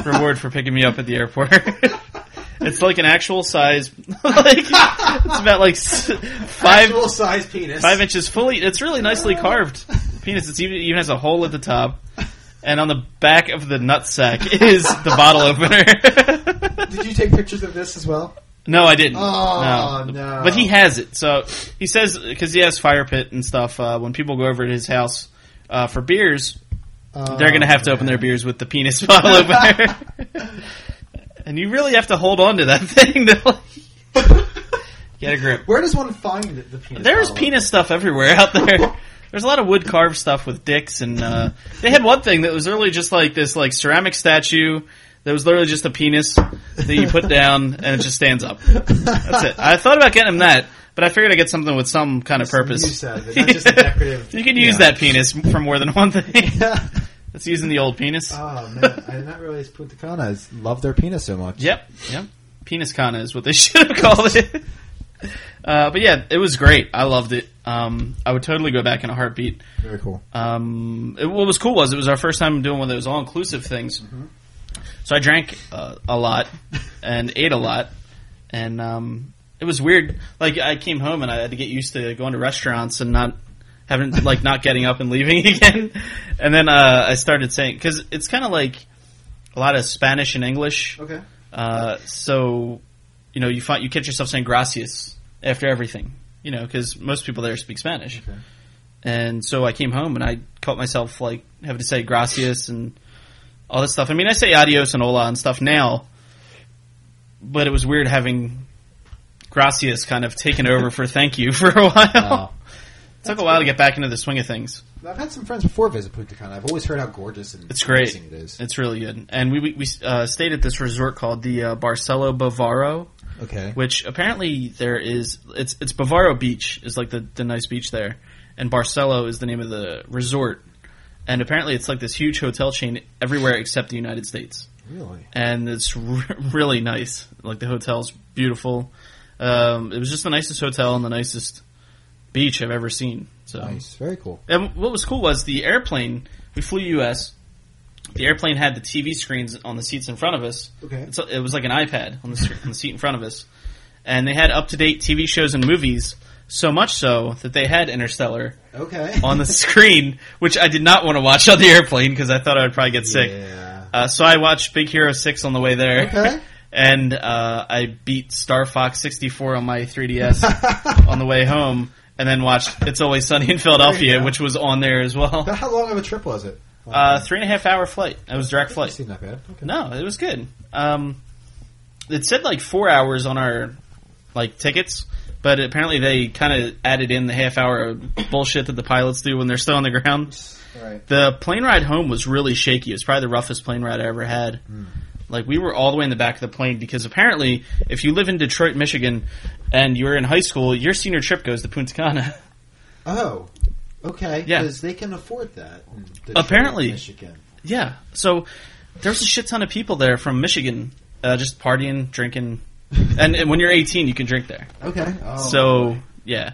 S2: reward for picking me up at the airport. [laughs] it's like an actual size, [laughs] like it's about like s- five
S5: Full size penis.
S2: five inches fully. It's really nicely carved penis. It's even, even has a hole at the top, and on the back of the nutsack [laughs] is the bottle opener. [laughs]
S5: Did you take pictures of this as well?
S2: no, I didn't.
S5: Oh, no.
S2: But he has it, so he says because he has fire pit and stuff. Uh, when people go over to his house uh, for beers, they're
S5: Uh, Oh,
S2: gonna have to open their beers with the penis [laughs] bottle opener. And you really have to hold on to that [laughs] thing to like,
S5: [laughs]
S2: get a grip.
S5: Where does one find the, the penis?
S2: There's
S5: bottle?
S2: penis stuff everywhere out there. [laughs] There's a lot of wood carved stuff with dicks, and uh, they had one thing that was literally just like this, like ceramic statue that was literally just a penis that you put down and it just stands up. That's it. I thought about getting him that, but I figured I'd get something with some kind of
S5: Use
S2: purpose.
S5: out of it,
S2: [laughs]
S5: not just a decorative.
S2: You can use that penis for more than one
S5: [laughs]
S2: thing. That's using the old penis.
S5: Oh man, I did not realize Punta Canas love their penis so much.
S2: Yep, yep. Penis Kana is what they [laughs] should have called it. Uh, but yeah, it was great. I loved it. Um, I would totally go back in a heartbeat.
S5: Very cool.
S2: Um, it, what was cool was it was our first time doing one of those all inclusive things. So I drank uh, a lot and ate a lot, and um, it was weird. Like I came home and I had to get used to going to restaurants and not having like not getting up and leaving [laughs] again. And then uh, I started saying because it's kind of like a lot of Spanish and English.
S5: Okay.
S2: Uh, so you know you find you catch yourself saying gracias after everything. You know because most people there speak Spanish. And so I came home and I caught myself like having to say gracias and all this stuff. I mean, I say adios and hola and stuff now, but it was weird having gracias kind of taken over for thank you for a while. [laughs] it took a while to get back into the swing of things.
S5: Uh, I've had some friends before visit Punta Cana. I've always heard how gorgeous and
S2: It's great.
S5: amazing it is.
S2: It's really good. And we, we, we uh, stayed at this resort called the uh, Barcelo Bavaro,
S5: Okay.
S2: which apparently there is it's it's Bavaro Beach is like the the nice beach there, and Barcelo is the name of the resort, and apparently it's like this huge hotel chain everywhere except the United States,
S5: Really?
S2: and it's [laughs] r- really nice. Like the hotel's beautiful. Um, it was just the nicest hotel and the nicest beach I've ever seen. So
S5: Nice. Very cool.
S2: and what was cool was the airplane. We flew U.S. The airplane had the TV screens on the seats in front of us.
S5: Okay.
S2: It's, it was like an iPad on the, screen, on the seat in front of us, and they had up to date TV shows and movies. So much so that they had Interstellar
S5: Okay.
S2: on
S5: [laughs]
S2: the [laughs] screen, which I did not want to watch on the airplane because I thought I would probably get sick.
S5: Yeah.
S2: Uh, so I watched Big Hero Six on the way there.
S5: Okay.
S2: [laughs] And uh, I beat Star Fox 64 on my
S5: [laughs]
S2: 3DS on the way home, and then watched It's Always Sunny in Philadelphia,
S5: go.
S2: which was on there as well.
S5: How long of a trip was it?
S2: Uh, three and a half hour flight. It was direct flight.
S5: Seemed not bad. Okay.
S2: No, it was good. Um, it said like four hours on our like tickets, but apparently they kind of added in the half hour of bullshit that the pilots do when they're still on the ground.
S5: Right.
S2: The plane ride home was really shaky. It was probably the roughest plane ride I ever had. Like we were all the way in the back of the plane because apparently, if you live in Detroit, Michigan, and you're in high school, your senior trip goes to Punta Cana.
S5: Oh.
S3: Okay,
S2: Yeah.
S3: because they can afford that. Hmm. in Detroit,
S2: Apparently.
S3: Michigan.
S2: [laughs] Yeah. So there's a shit ton of people there from Michigan, uh, just partying, drinking, [laughs] and, and when you're 18, you can drink there.
S3: Okay, oh,
S2: so yeah,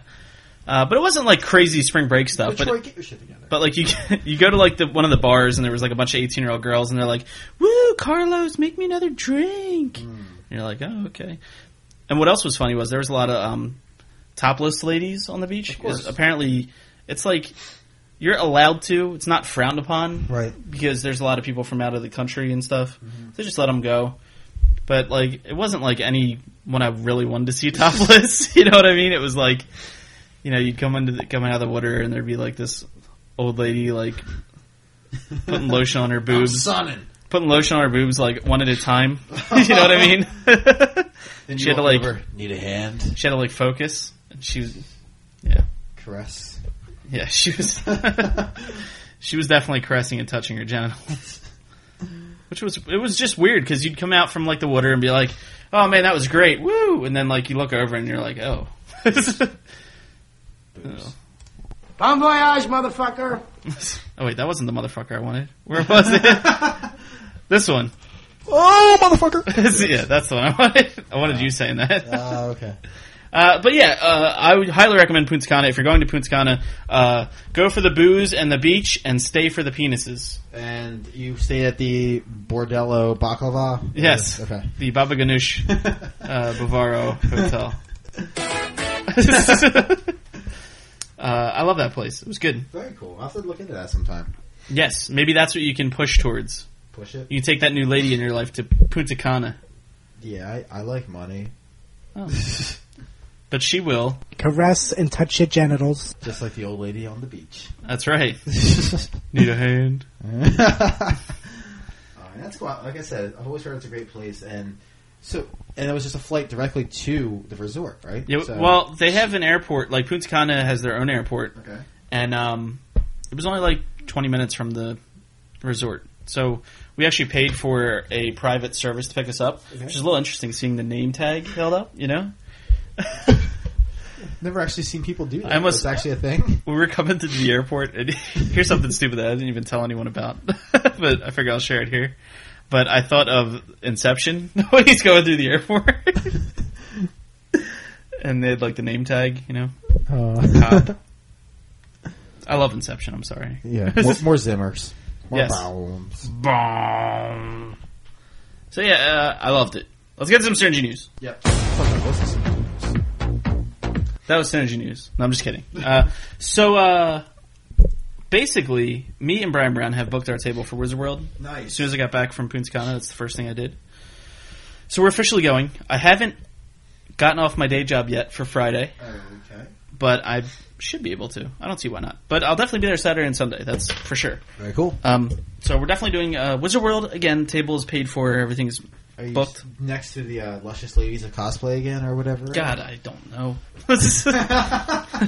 S2: uh, but it wasn't like crazy spring break stuff.
S3: Detroit,
S2: But
S3: get your shit together.
S2: but like you [laughs] you go to like the one of the bars and there was like a bunch of 18 year old girls and they're like, "Woo, Carlos, make me another drink."
S3: Hmm.
S2: And you're like, "Oh, okay." And what else was funny was there was a lot of um, topless ladies on the beach.
S3: Of course.
S2: Apparently, it's like you're allowed to. It's not frowned upon
S3: right,
S2: because there's a lot of people from out of the country and stuff. So just let them go. But like, it wasn't like anyone I really wanted to see [laughs] topless. you know what I mean? It was like, you know, you'd come into the, come out of the water and there'd be like this old lady like putting lotion on her boobs,
S3: sunning.
S2: putting lotion on her boobs like one at a time. [laughs] you know what I mean? [laughs]
S3: Then
S2: She
S3: you
S2: had to,
S3: walk
S2: like-
S3: over, need a hand,
S2: she had to like focus. And she was,
S3: caress.
S2: yeah, [laughs] she was, she was definitely caressing and touching her genitals. Which was it was just weird because you'd come out from like the water and be like, "Oh man, that was great, woo!" And then like you look over and you're
S6: [laughs]
S2: like, "Oh, oh
S6: Bon voyage, motherfucker!
S2: Oh, wait, that wasn't the motherfucker I wanted. Where was it?
S6: [laughs]
S2: this one.
S5: Oh, motherfucker!
S2: [laughs] yeah, that's the one I wanted. I wanted you saying that.
S5: Ah, okay.
S2: Uh, but yeah, uh, I would highly recommend Punta Cana. If you're going to Punta Cana, uh, go for the booze and the beach, and stay for the penises.
S3: And you stayed at the Bordello Baklava.
S2: Yes.
S3: Okay.
S2: The Baba Ganoush [laughs]
S3: [laughs]
S2: uh, Bavaro Hotel. [laughs] uh, I love that place. It was good.
S3: Very cool. I'll have to look into that sometime.
S2: Yes, maybe that's what you can push towards.
S3: Push it.
S2: You can take that new lady in your life to Punta Cana.
S3: Yeah, I, I like money,
S2: But she will.
S8: Caress and touch your genitals.
S3: just like the old lady on the beach.
S2: That's right. [laughs] Need a hand.
S3: [laughs] Uh, and that's cool. Like I said, I've always heard it's a great place, and so and it was just a flight directly to the resort, right?
S2: Yeah,
S3: So-
S2: well, they have an airport. Like Punta Cana has their own airport,
S6: Okay.
S2: and um, it was only like 20 minutes from the resort. So we actually paid for a private service to pick us up, which is a little interesting seeing the name tag held up. You know,
S3: never actually seen people do that.
S2: I almost-
S3: it's actually a
S2: [laughs]
S3: thing.
S2: we were coming to the airport, and [laughs] here's something stupid that I didn't even tell anyone about, [laughs] but I figure I'll share it here. But I thought of Inception [laughs] when he's going through the airport, [laughs] and they had like the name tag, you know. Cobb. I love Inception. I'm sorry.
S3: yeah, more, more Zimmers, more
S2: Yes.
S3: Bowlums.
S2: Boom. So yeah, uh, I loved it. Let's get some synergy news.
S3: Yep.
S2: That was synergy news. No, I'm just kidding. Uh, so uh, basically, me and Brian Brown have booked our table for Wizard World. As
S3: Nice.
S2: soon as I got back from Punta Cana, that's the first thing I did. So we're officially going. I haven't gotten off my day job yet for Friday,
S3: Okay.
S2: but I should be able to. I don't see why not. But I'll definitely be there Saturday and Sunday. That's for sure.
S3: Very cool.
S2: Um, so we're definitely doing uh, Wizard World again. Table is paid for. Everything's
S3: Are you
S2: booked.
S3: next to the uh, luscious ladies of cosplay again, or whatever?
S2: God, I don't know. [laughs] I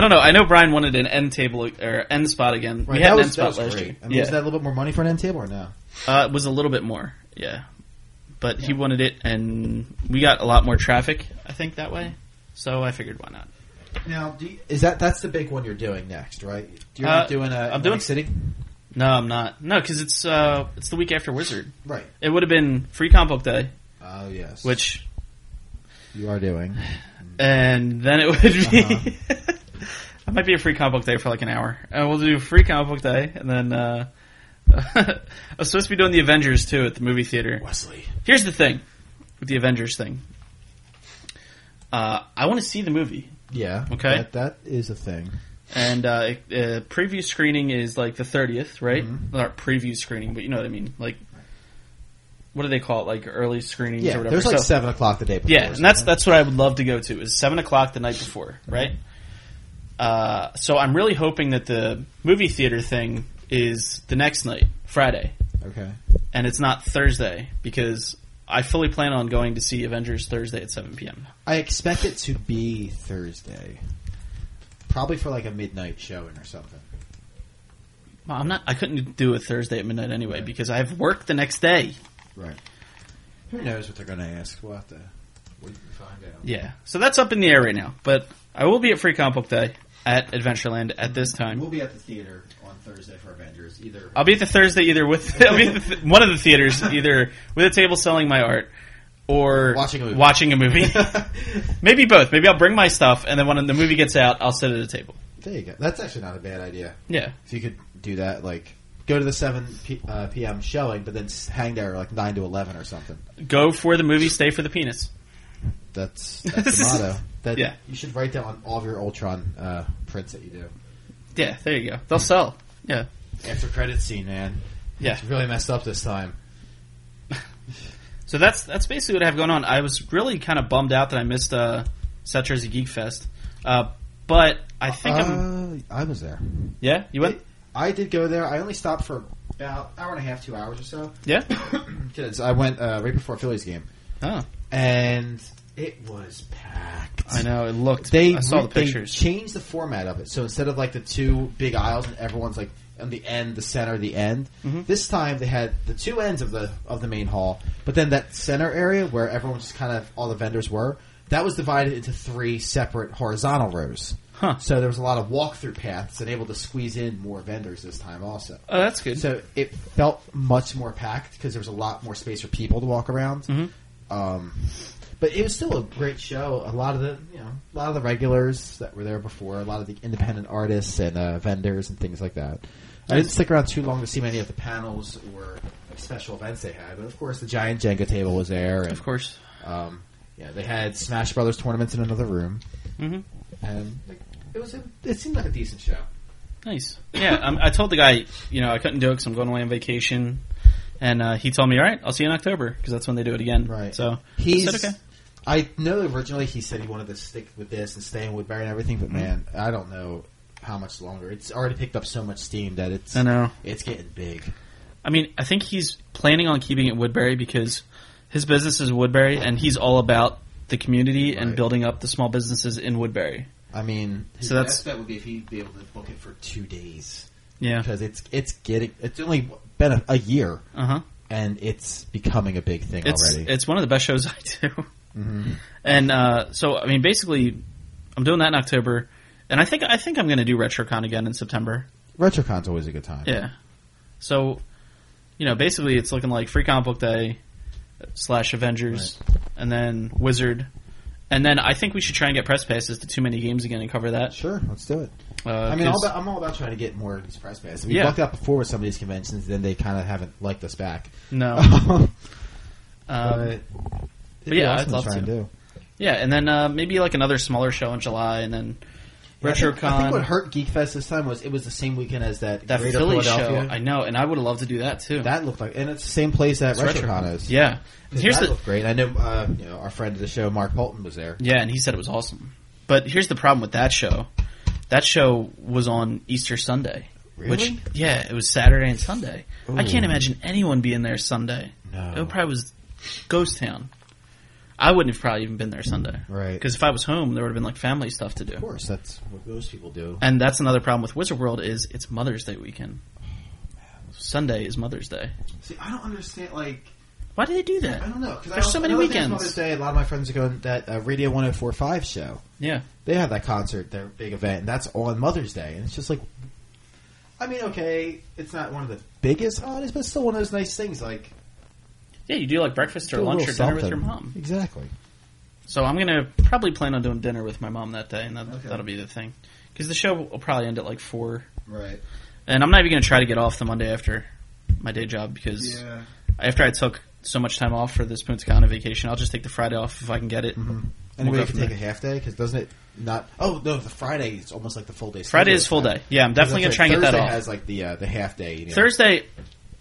S2: don't know. I know Brian wanted an end table or end spot again.
S3: Right,
S2: we had
S3: that
S2: an
S3: was,
S2: end
S3: that
S2: spot
S3: was
S2: last
S3: great.
S2: year.
S3: I mean,
S2: yeah,
S3: is that a little bit more money for an end table or no?
S2: uh, it was a little bit more. Yeah, but he wanted it, and we got a lot more traffic. I think that way. So I figured, why not?
S3: Now, do you, is that that's the big one you're doing next, right? You're
S2: Uh,
S3: not doing a
S2: I'm
S3: Atlantic
S2: doing-
S3: City,
S2: No, I'm not. No, because it's uh, it's the week after Wizard.
S3: right?
S2: It would have been free comp book day,
S3: Oh yes,
S2: which,
S3: you are doing.
S2: and then it [laughs] would be.
S3: Uh-huh.
S2: [laughs] I might be a free comp book day for like an hour, and we'll do free comp book day, and then. Uh, [laughs] I was supposed to be doing the Avengers too at the movie theater.
S3: Wesley,
S2: Here's the thing with the Avengers thing. Uh, I want to see the movie,
S3: yeah,
S2: Okay.
S3: that, that is a thing.
S2: and uh, it- uh, preview screening is like the thirtieth, right?
S3: Mm-hmm.
S2: Not preview screening, but you know what I mean. Like, what do they call it? Like early screenings or
S3: Yeah,
S2: whatever.
S3: there's like
S2: So-
S3: seven o'clock the day before.
S2: yeah, and that's
S3: isn't
S2: that's what I would love to go to is seven o'clock the night before, right? Uh, so I'm really hoping that the movie theater thing is the next night, Friday,
S3: it? okay.
S2: and it's not Thursday because I fully plan on going to see Avengers Thursday at seven p.m.
S3: I expect it to be Thursday, probably for like a midnight showing or something.
S2: Well, I'm not. I couldn't do a Thursday at midnight anyway because I have work the next day.
S3: Right. Who knows what they're going to ask? We'll have to wait and find out.
S2: Yeah, so that's up in the air right now. But I will be at Free Comic Book Day at Adventureland at this time.
S3: We'll be at the theater on Thursday for Avengers. Either
S2: I'll be at the Thursday either with [laughs] I'll be at the th- one of the theaters either with a table selling my art or
S3: Watching a movie.
S2: watching a
S3: [laughs]
S2: movie. Maybe both. Maybe I'll bring my stuff and then when the movie gets out, I'll sit at a table.
S3: there you go. That's actually not a bad idea.
S2: Yeah.
S3: If you could do that, like go to the seven p- uh, p.m. showing, but then s- hang there like nine to eleven or something.
S2: Go for the movie, stay for the penis. [laughs]
S3: That's, that's the motto. That
S2: Yeah.
S3: you should write that on all of your Ultron uh, prints that you do.
S2: Yeah, there you go. They'll sell. Yeah.
S3: After credit scene, man.
S2: Yeah.
S3: It's really messed up this time.
S2: So that's that's basically what I have going on. I was really kind of bummed out that I missed uh, South Jersey Geek Fest, uh, but I think I'm
S3: Uh, I was there.
S2: yeah. You went
S3: I did go there. I only stopped for about hour and a half, two hours or so.
S2: yeah.
S3: 'Cause I went uh, right before Phillies game,
S2: Oh,
S3: and it was packed.
S2: I know it looked.
S3: They
S2: I saw
S3: re-
S2: the pictures.
S3: They changed the format of it. So instead of like the two big aisles and everyone's like on the end, the center, the end.
S2: Mm-hmm.
S3: This time they had the two ends of the of the main hall, but then that center area where everyone just kind of all the vendors were, that was divided into three separate horizontal rows.
S2: Huh.
S3: So there was a lot of walkthrough paths and able to squeeze in more vendors this time also.
S2: oh, that's good.
S3: So it felt much more packed because there was a lot more space for people to walk around.
S2: Mm-hmm.
S3: Um, but it was still a great show. A lot of the you know a lot of the regulars that were there before, a lot of the independent artists and uh, vendors and things like that. I didn't stick around too long to see many of the panels or like, special events they had, but of course the giant Jenga table was there. And,
S2: of course.
S3: um, yeah, they had Smash Brothers tournaments in another room, mm-hmm. and like, it was a, it seemed like a decent show.
S2: Nice. Yeah, um, I told the guy, you know, I couldn't do it because I'm going away on vacation, and uh, he told me, all right, I'll see you in October because that's when they do it again.
S3: Right.
S2: So
S3: He's.
S2: I said, okay.
S3: I know originally he said he wanted to stick with this and stay in Woodbury and everything,
S2: Mm-hmm.
S3: but man, I don't know how much longer. It's already picked up so much steam that it's
S2: I know.
S3: it's getting big.
S2: I mean, I think he's planning on keeping it Woodbury because his business is Woodbury, and he's all about the community and
S3: Right.
S2: building up the small businesses in Woodbury.
S3: I mean, his
S2: So that's-
S3: best bet would be if he'd be able to book it for two days
S2: Yeah.
S3: because it's it's getting it's only been a, a year
S2: Uh huh.
S3: and it's becoming a big thing
S2: It's
S3: already. Mm-hmm.
S2: it's one of the best shows [laughs] I do. And uh, so I mean, basically, I'm doing that in October, and I think I think I'm going to do RetroCon again in September.
S3: RetroCon's always a good time.
S2: Yeah. So, you know, basically, it's looking like Free Comic Book Day slash Avengers, and then Wizard, and then I think we should try and get press passes to too many games again and cover that.
S3: Sure, let's do it.
S2: Uh,
S3: I mean, all
S2: 'cause-
S3: about, I'm all about trying to get more of these press passes. We
S2: Yeah.
S3: lucked out before with some of these conventions, then they kind of haven't liked us back. [laughs]
S2: no. Um,
S3: But-
S2: but yeah, I'd
S3: Uh, awesome
S2: love
S3: try
S2: to.
S3: and do.
S2: Yeah, and then uh, maybe like another smaller show in July, and then
S3: I think-
S2: RetroCon.
S3: I think what hurt Geek Fest this time was it was the same weekend as that,
S2: that
S3: Greater
S2: Philly show,
S3: Philadelphia.
S2: I know, and I would have loved to do that too.
S3: that looked like, and it's the same place that
S2: It's
S3: RetroCon is.
S2: Yeah. And Here's
S3: that
S2: the
S3: looked great. I know, uh, you know, our friend of the show, Mark Bolton, was there.
S2: yeah, and he said it was awesome. But here's the problem with that show. That show was on Easter Sunday. Which
S3: Really?
S2: yeah, it was Saturday and Sunday. I
S3: Hmm.
S2: can't imagine anyone being there Sunday.
S3: No.
S2: It probably was ghost town. I wouldn't have probably even been there Sunday.
S3: Right.
S2: Because if I was home, there would have been like family stuff to do.
S3: Of course, that's what those people do.
S2: And that's another problem with Wizard World is it's Mother's Day weekend. Sunday is Mother's Day.
S3: See, I don't understand. Like,
S2: Why do they do
S3: I
S2: that?
S3: don't know. Cause I
S2: There's so
S3: also-
S2: many
S3: another thing is
S2: weekends.
S3: Mother's Day, a lot of my friends are going to that uh, Radio 104.5 show.
S2: Yeah.
S3: they have that concert, their big event, and that's on Mother's Day. And it's just like, I mean, okay, it's not one of the biggest holidays, but it's still one of those nice things. Like,
S2: Yeah, you do like breakfast or
S3: do a
S2: lunch or
S3: little
S2: dinner with
S3: something.
S2: your mom.
S3: Exactly.
S2: So I'm gonna probably plan on doing dinner with my mom that day, and that, that'll be the thing. Because the show will probably end at like four,
S3: Right.
S2: and I'm not even gonna try to get off the Monday after my day job because after I took so much time off for this Punta Cana vacation, I'll just take the Friday off if I can get it.
S3: Mm-hmm. Anybody
S2: We'll go
S3: can
S2: from
S3: take
S2: there.
S3: a half day because doesn't it not? Oh no, the Friday is almost like the full day.
S2: Friday
S3: schedule.
S2: is full day. Yeah, I'm
S3: 'Cause
S2: definitely gonna
S3: that's
S2: try and
S3: right.
S2: get that
S3: Thursday
S2: off.
S3: Has like the uh, the half day. You know.
S2: Thursday,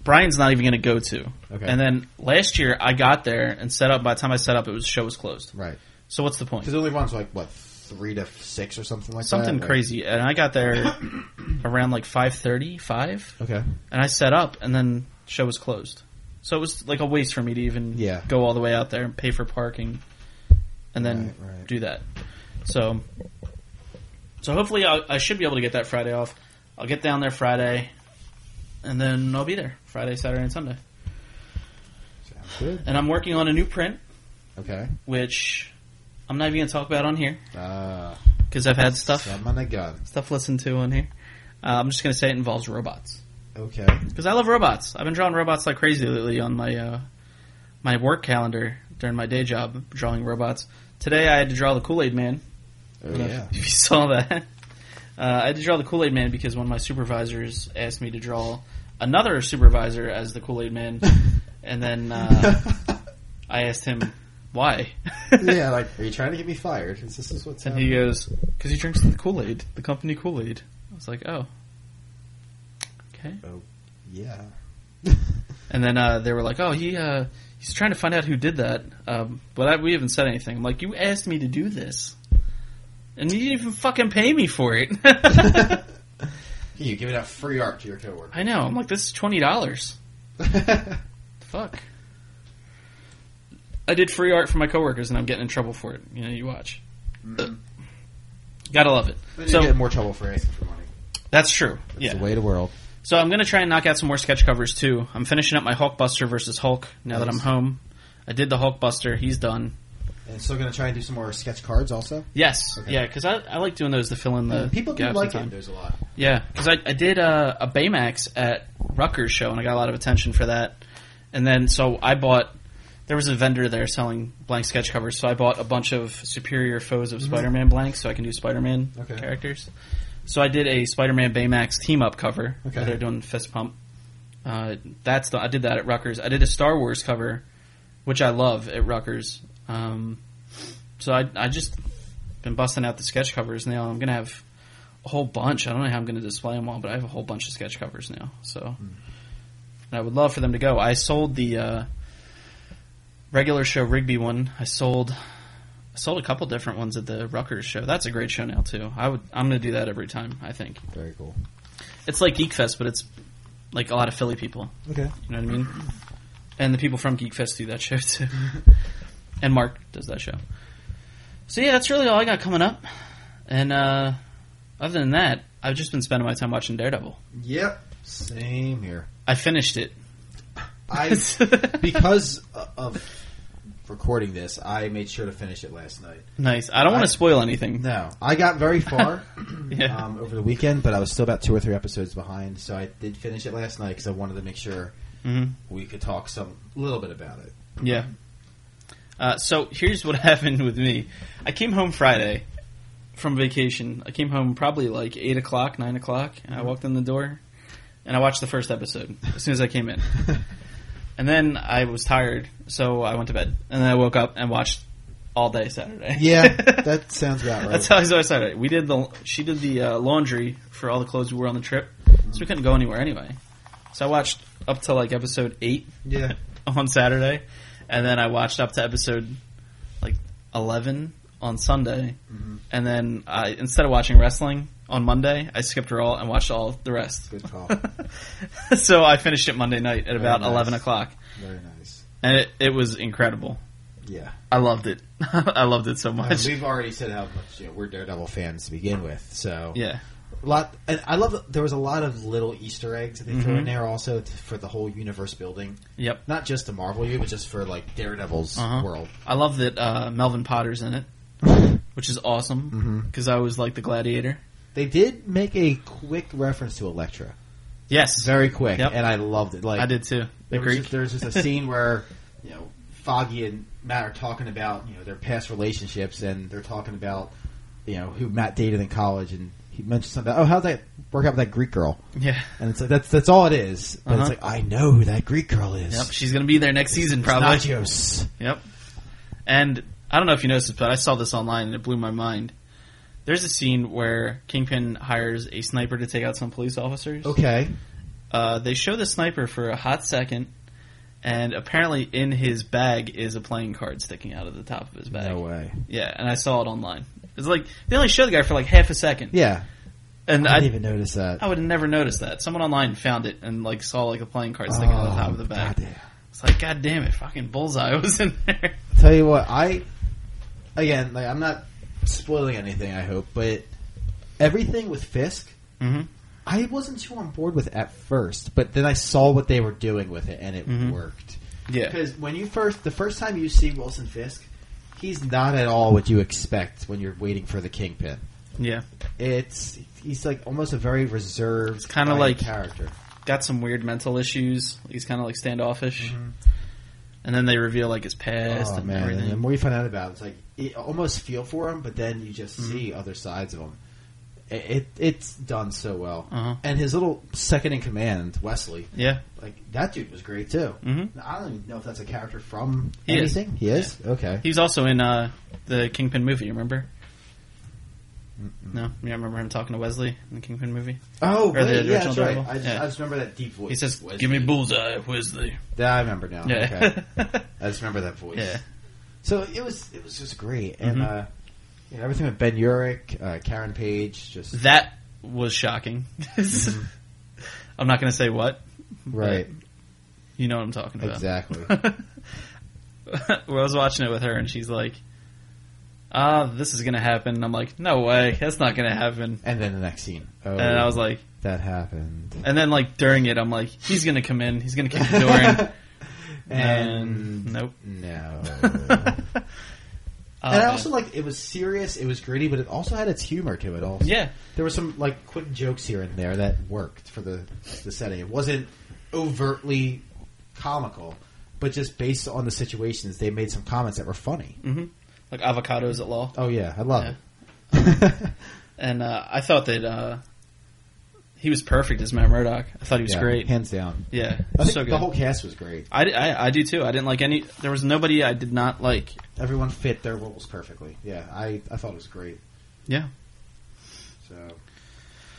S2: Brian's not even gonna go to.
S3: Okay.
S2: And then last year I got there and set up. By the time I set up, it was show was closed.
S3: right?
S2: So what's the point?
S3: Because it only runs like what three to six or something like
S2: Something
S3: that.
S2: crazy. And I got
S3: [coughs]
S2: there around like five thirty, five.
S3: Like, okay.
S2: and I set up, and then show was closed. So it was like a waste for me to even
S3: Yeah.
S2: go all the way out there and pay for parking, and then
S3: Right, right.
S2: do that. So, so hopefully I'll, I should be able to get that Friday off. I'll get down there Friday, and then I'll be there Friday, Saturday, and Sunday.
S3: Sounds good.
S2: And I'm working on a new print,
S3: Okay.
S2: which I'm not even going to talk about on here.
S3: Uh,
S2: because I've had stuff
S3: Son of a gun.
S2: stuff listened to on here. Uh, I'm just gonna say it involves robots
S3: Okay.
S2: because I love robots. I've been drawing robots like crazy lately on my uh, my work calendar during my day job, drawing robots. Today I had to draw the Kool Aid Man. [laughs]
S3: Oh, yeah.
S2: If you saw that, [laughs] uh, I had to draw the Kool Aid Man because one of my supervisors asked me to draw another supervisor as the Kool Aid
S3: [laughs]
S2: Man, and then uh, I asked him why. [laughs]
S3: yeah, like, are you trying to get me fired? Is this is what's
S2: And
S3: happening?
S2: he goes, because he drinks the Kool Aid, the company Kool Aid. I was like, oh, okay.
S3: yeah.
S2: And then uh, they were like, oh, he uh, he's trying to find out who did that, um, but I, we haven't said anything. I'm like, you asked me to do this, and you didn't even fucking pay me for it. [laughs]
S3: [laughs] You giving out free art to your [laughs] coworker.
S2: I know. I'm like, this is twenty dollars. Fuck. I did free art for my coworkers, and I'm getting in trouble for it. You know, you watch. Gotta love it.
S3: so,
S2: So
S3: get more trouble for asking for money.
S2: that's true. yeah.
S3: the way the world.
S2: So I'm gonna try and knock out some more sketch covers too. I'm finishing up my Hulkbuster versus Hulk now that I'm home. I did the Hulkbuster. He's done.
S3: And still going to try and do some more sketch cards also.
S2: Yes.
S3: Okay.
S2: Yeah, because I, I like doing those to fill in the
S3: People do
S2: gaps in
S3: like
S2: time.
S3: him. There's a lot.
S2: Yeah, because I, I did uh, a, a Baymax at Rutgers show, and I got a lot of attention for that. And then, so I bought. There was a vendor there selling blank sketch covers, so I bought a bunch of superior foes of Spider-Man blanks, so I can do Spider-Man
S3: Mm-hmm. Okay.
S2: characters. So I did a Spider-Man Baymax team-up cover.
S3: Okay.
S2: that They're doing fist pump. Uh, that's the I did that at Rutgers. I did a Star Wars cover, which I love at Rutgers. Um, so I I just been busting out the sketch covers now. I'm gonna have a whole bunch. I don't know how I'm going to display them all, but I have a whole bunch of sketch covers now. So, and I would love for them to go. I sold the uh, regular show Rigby one. I sold, I sold a couple different ones at the Rutgers show. That's a great show now too. I would, I'm going to do that every time. I think
S3: Very cool.
S2: it's like Geek Fest, but it's like a lot of Philly people.
S3: Okay.
S2: You know what I mean? And the people from Geek Fest do that show
S3: [laughs]
S2: too. and Mark does that show. So yeah, that's really all I got coming up. And uh, other than that, I've just been spending my time watching Daredevil.
S3: Yep. Same here.
S2: I finished
S3: [laughs]
S2: it. [laughs]
S3: I because of recording this, I made sure to finish it last night.
S2: nice. I don't want
S3: I-
S2: to spoil anything.
S3: No, I got very far
S2: [laughs] Yeah.
S3: um, over the weekend, but I was still about two or three episodes behind. So I did finish it last night because I wanted to make sure
S2: Mhm.
S3: we could talk some little bit about it.
S2: Yeah. Uh, so here's what [laughs] happened with me. I came home Friday from vacation. I came home probably like eight o'clock, nine o'clock, and I walked in the door and I watched the first episode as soon as I came in. [laughs] and then I was tired, so I went to bed. And then I woke up and watched all day Saturday. [laughs]
S3: Yeah, that sounds about right.
S2: That's how I started. We did the she did the uh, laundry for all the clothes we wore on the trip, so we couldn't go anywhere anyway. So I watched up to like episode eight
S3: yeah,
S2: [laughs] on Saturday, and then I watched up to episode like eleven on Sunday,
S3: Mm-hmm.
S2: and then I instead of watching wrestling on Monday, I skipped her all and watched all the rest.
S3: good call.
S2: [laughs] so I finished it Monday night at about
S3: nice.
S2: eleven o'clock,
S3: Very nice.
S2: and it, it was incredible.
S3: Yeah,
S2: I loved it. [laughs] I loved it so
S3: I
S2: much.
S3: mean, we've already said how much you know, we're Daredevil fans to begin with. So
S2: [laughs] yeah,
S3: a lot. And I love. There was a lot of little Easter eggs that they threw in there also t- for the whole universe building,
S2: Mm-hmm. yep.
S3: not just the Marvel U, but just for like Daredevil's
S2: Uh-huh.
S3: world.
S2: I love that uh, Melvin Potter's in it,
S3: [laughs]
S2: which is awesome
S3: Mm.
S2: because I was like the Gladiator.
S3: They did make a quick reference to Elektra,
S2: Yes,
S3: very quick,
S2: Yep.
S3: and I loved it. Like
S2: I did too. The
S3: There was,
S2: Greek.
S3: just, there
S2: [laughs]
S3: was just a scene where you know Foggy and Matt are talking about you know their past relationships, and they're talking about you know who Matt dated in college, and he mentioned something. About, oh, how'd that work out with that Greek girl?
S2: yeah.
S3: And it's like that's that's all it is. But
S2: Uh-huh.
S3: it's like I know who that Greek girl is.
S2: Yep, she's gonna be there next season probably.
S3: Nagios.
S2: Yep. And I don't know if you noticed, this, but I saw this online and it blew my mind. There's a scene where Kingpin hires a sniper to take out some police officers.
S3: Okay.
S2: Uh, they show the sniper for a hot second, and apparently in his bag is a playing card sticking out of the top of his bag.
S3: way.
S2: Yeah, and I saw it online. It's like they only show the guy for like half a second.
S3: Yeah,
S2: and
S3: I
S2: I,
S3: didn't even notice that.
S2: I would have never noticed that. Someone online found it and like saw like a playing card sticking out of the top of the bag.
S3: Oh, goddamn.
S2: It's like, god damn it, fucking bullseye [laughs] was in there.
S3: Tell you what, I again, like I'm not spoiling anything. I hope, but everything with Fisk,
S2: Mhm.
S3: I wasn't too on board with at first, but then I saw what they were doing with it, and it
S2: Mhm.
S3: worked.
S2: Yeah,
S3: Because when you first, the first time you see Wilson Fisk, he's not at all what you expect when you're waiting for the Kingpin.
S2: Yeah.
S3: It's he's like almost a very reserved,
S2: It's kinda
S3: kind of
S2: like-
S3: character.
S2: Got some weird mental issues. He's kind of like standoffish. And then they reveal like his past
S3: Oh
S2: and
S3: man!
S2: everything.
S3: And the more you find out about, it, it's like you almost feel for him, but then you just
S2: Mm-hmm.
S3: see other sides of him. It, it it's done so well,
S2: Uh-huh.
S3: and his little second in command, Wesley,
S2: yeah.
S3: like that dude was great too.
S2: Mhm.
S3: I don't even know if that's a character from
S2: He is.
S3: anything. He is okay.
S2: He was also in uh, the Kingpin movie. You remember? No, you don't remember him talking to Wesley in the Kingpin movie?
S3: Oh,
S2: Or the
S3: wait, yeah,
S2: original
S3: that's right.
S2: Daredevil?
S3: I just,
S2: Yeah.
S3: I just remember that deep voice.
S2: He says,
S3: Wesley.
S2: "Give me bullseye, Wesley."
S3: Yeah, I remember now. Okay.
S2: Yeah.
S3: I just remember that
S2: [laughs]
S3: voice.
S2: Yeah.
S3: So it was it was just great, and
S2: Mhm.
S3: uh, you know, everything with Ben Urich, uh, Karen
S2: [laughs]
S3: Page, just
S2: That was shocking.
S3: Mm-hmm.
S2: [laughs] I'm not going to say what.
S3: right,
S2: You know what I'm talking about.
S3: exactly.
S2: [laughs] Well, I was watching it with her, and she's like, "Ah, this is going to happen." And I'm like, "No way, that's not going to happen."
S3: and then the next scene, oh,
S2: And I was like,
S3: that happened,
S2: [laughs] and then like during it, I'm like, "He's going to come in. He's going to kick the door in."
S3: [laughs] and
S2: And
S3: [laughs]
S2: nope. [laughs]
S3: no.
S2: Uh,
S3: and I also like it was serious, it was gritty, but it also had its humor to it. Also,
S2: yeah,
S3: there were some like quick jokes here and there that worked for the the setting. It wasn't overtly comical, but just based on the situations, they made some comments that were funny.
S2: like avocados at law.
S3: Oh yeah, I love
S2: Yeah.
S3: it. [laughs]
S2: And uh, I thought that uh, he was perfect as Matt Murdock. I thought he was
S3: Yeah,
S2: great.
S3: hands down.
S2: Yeah,
S3: I think
S2: so good.
S3: the whole cast was great.
S2: I, I, I do too. I didn't like any. There was nobody I did not like.
S3: Everyone fit their roles perfectly. Yeah, I, I thought it was great.
S2: Yeah.
S3: So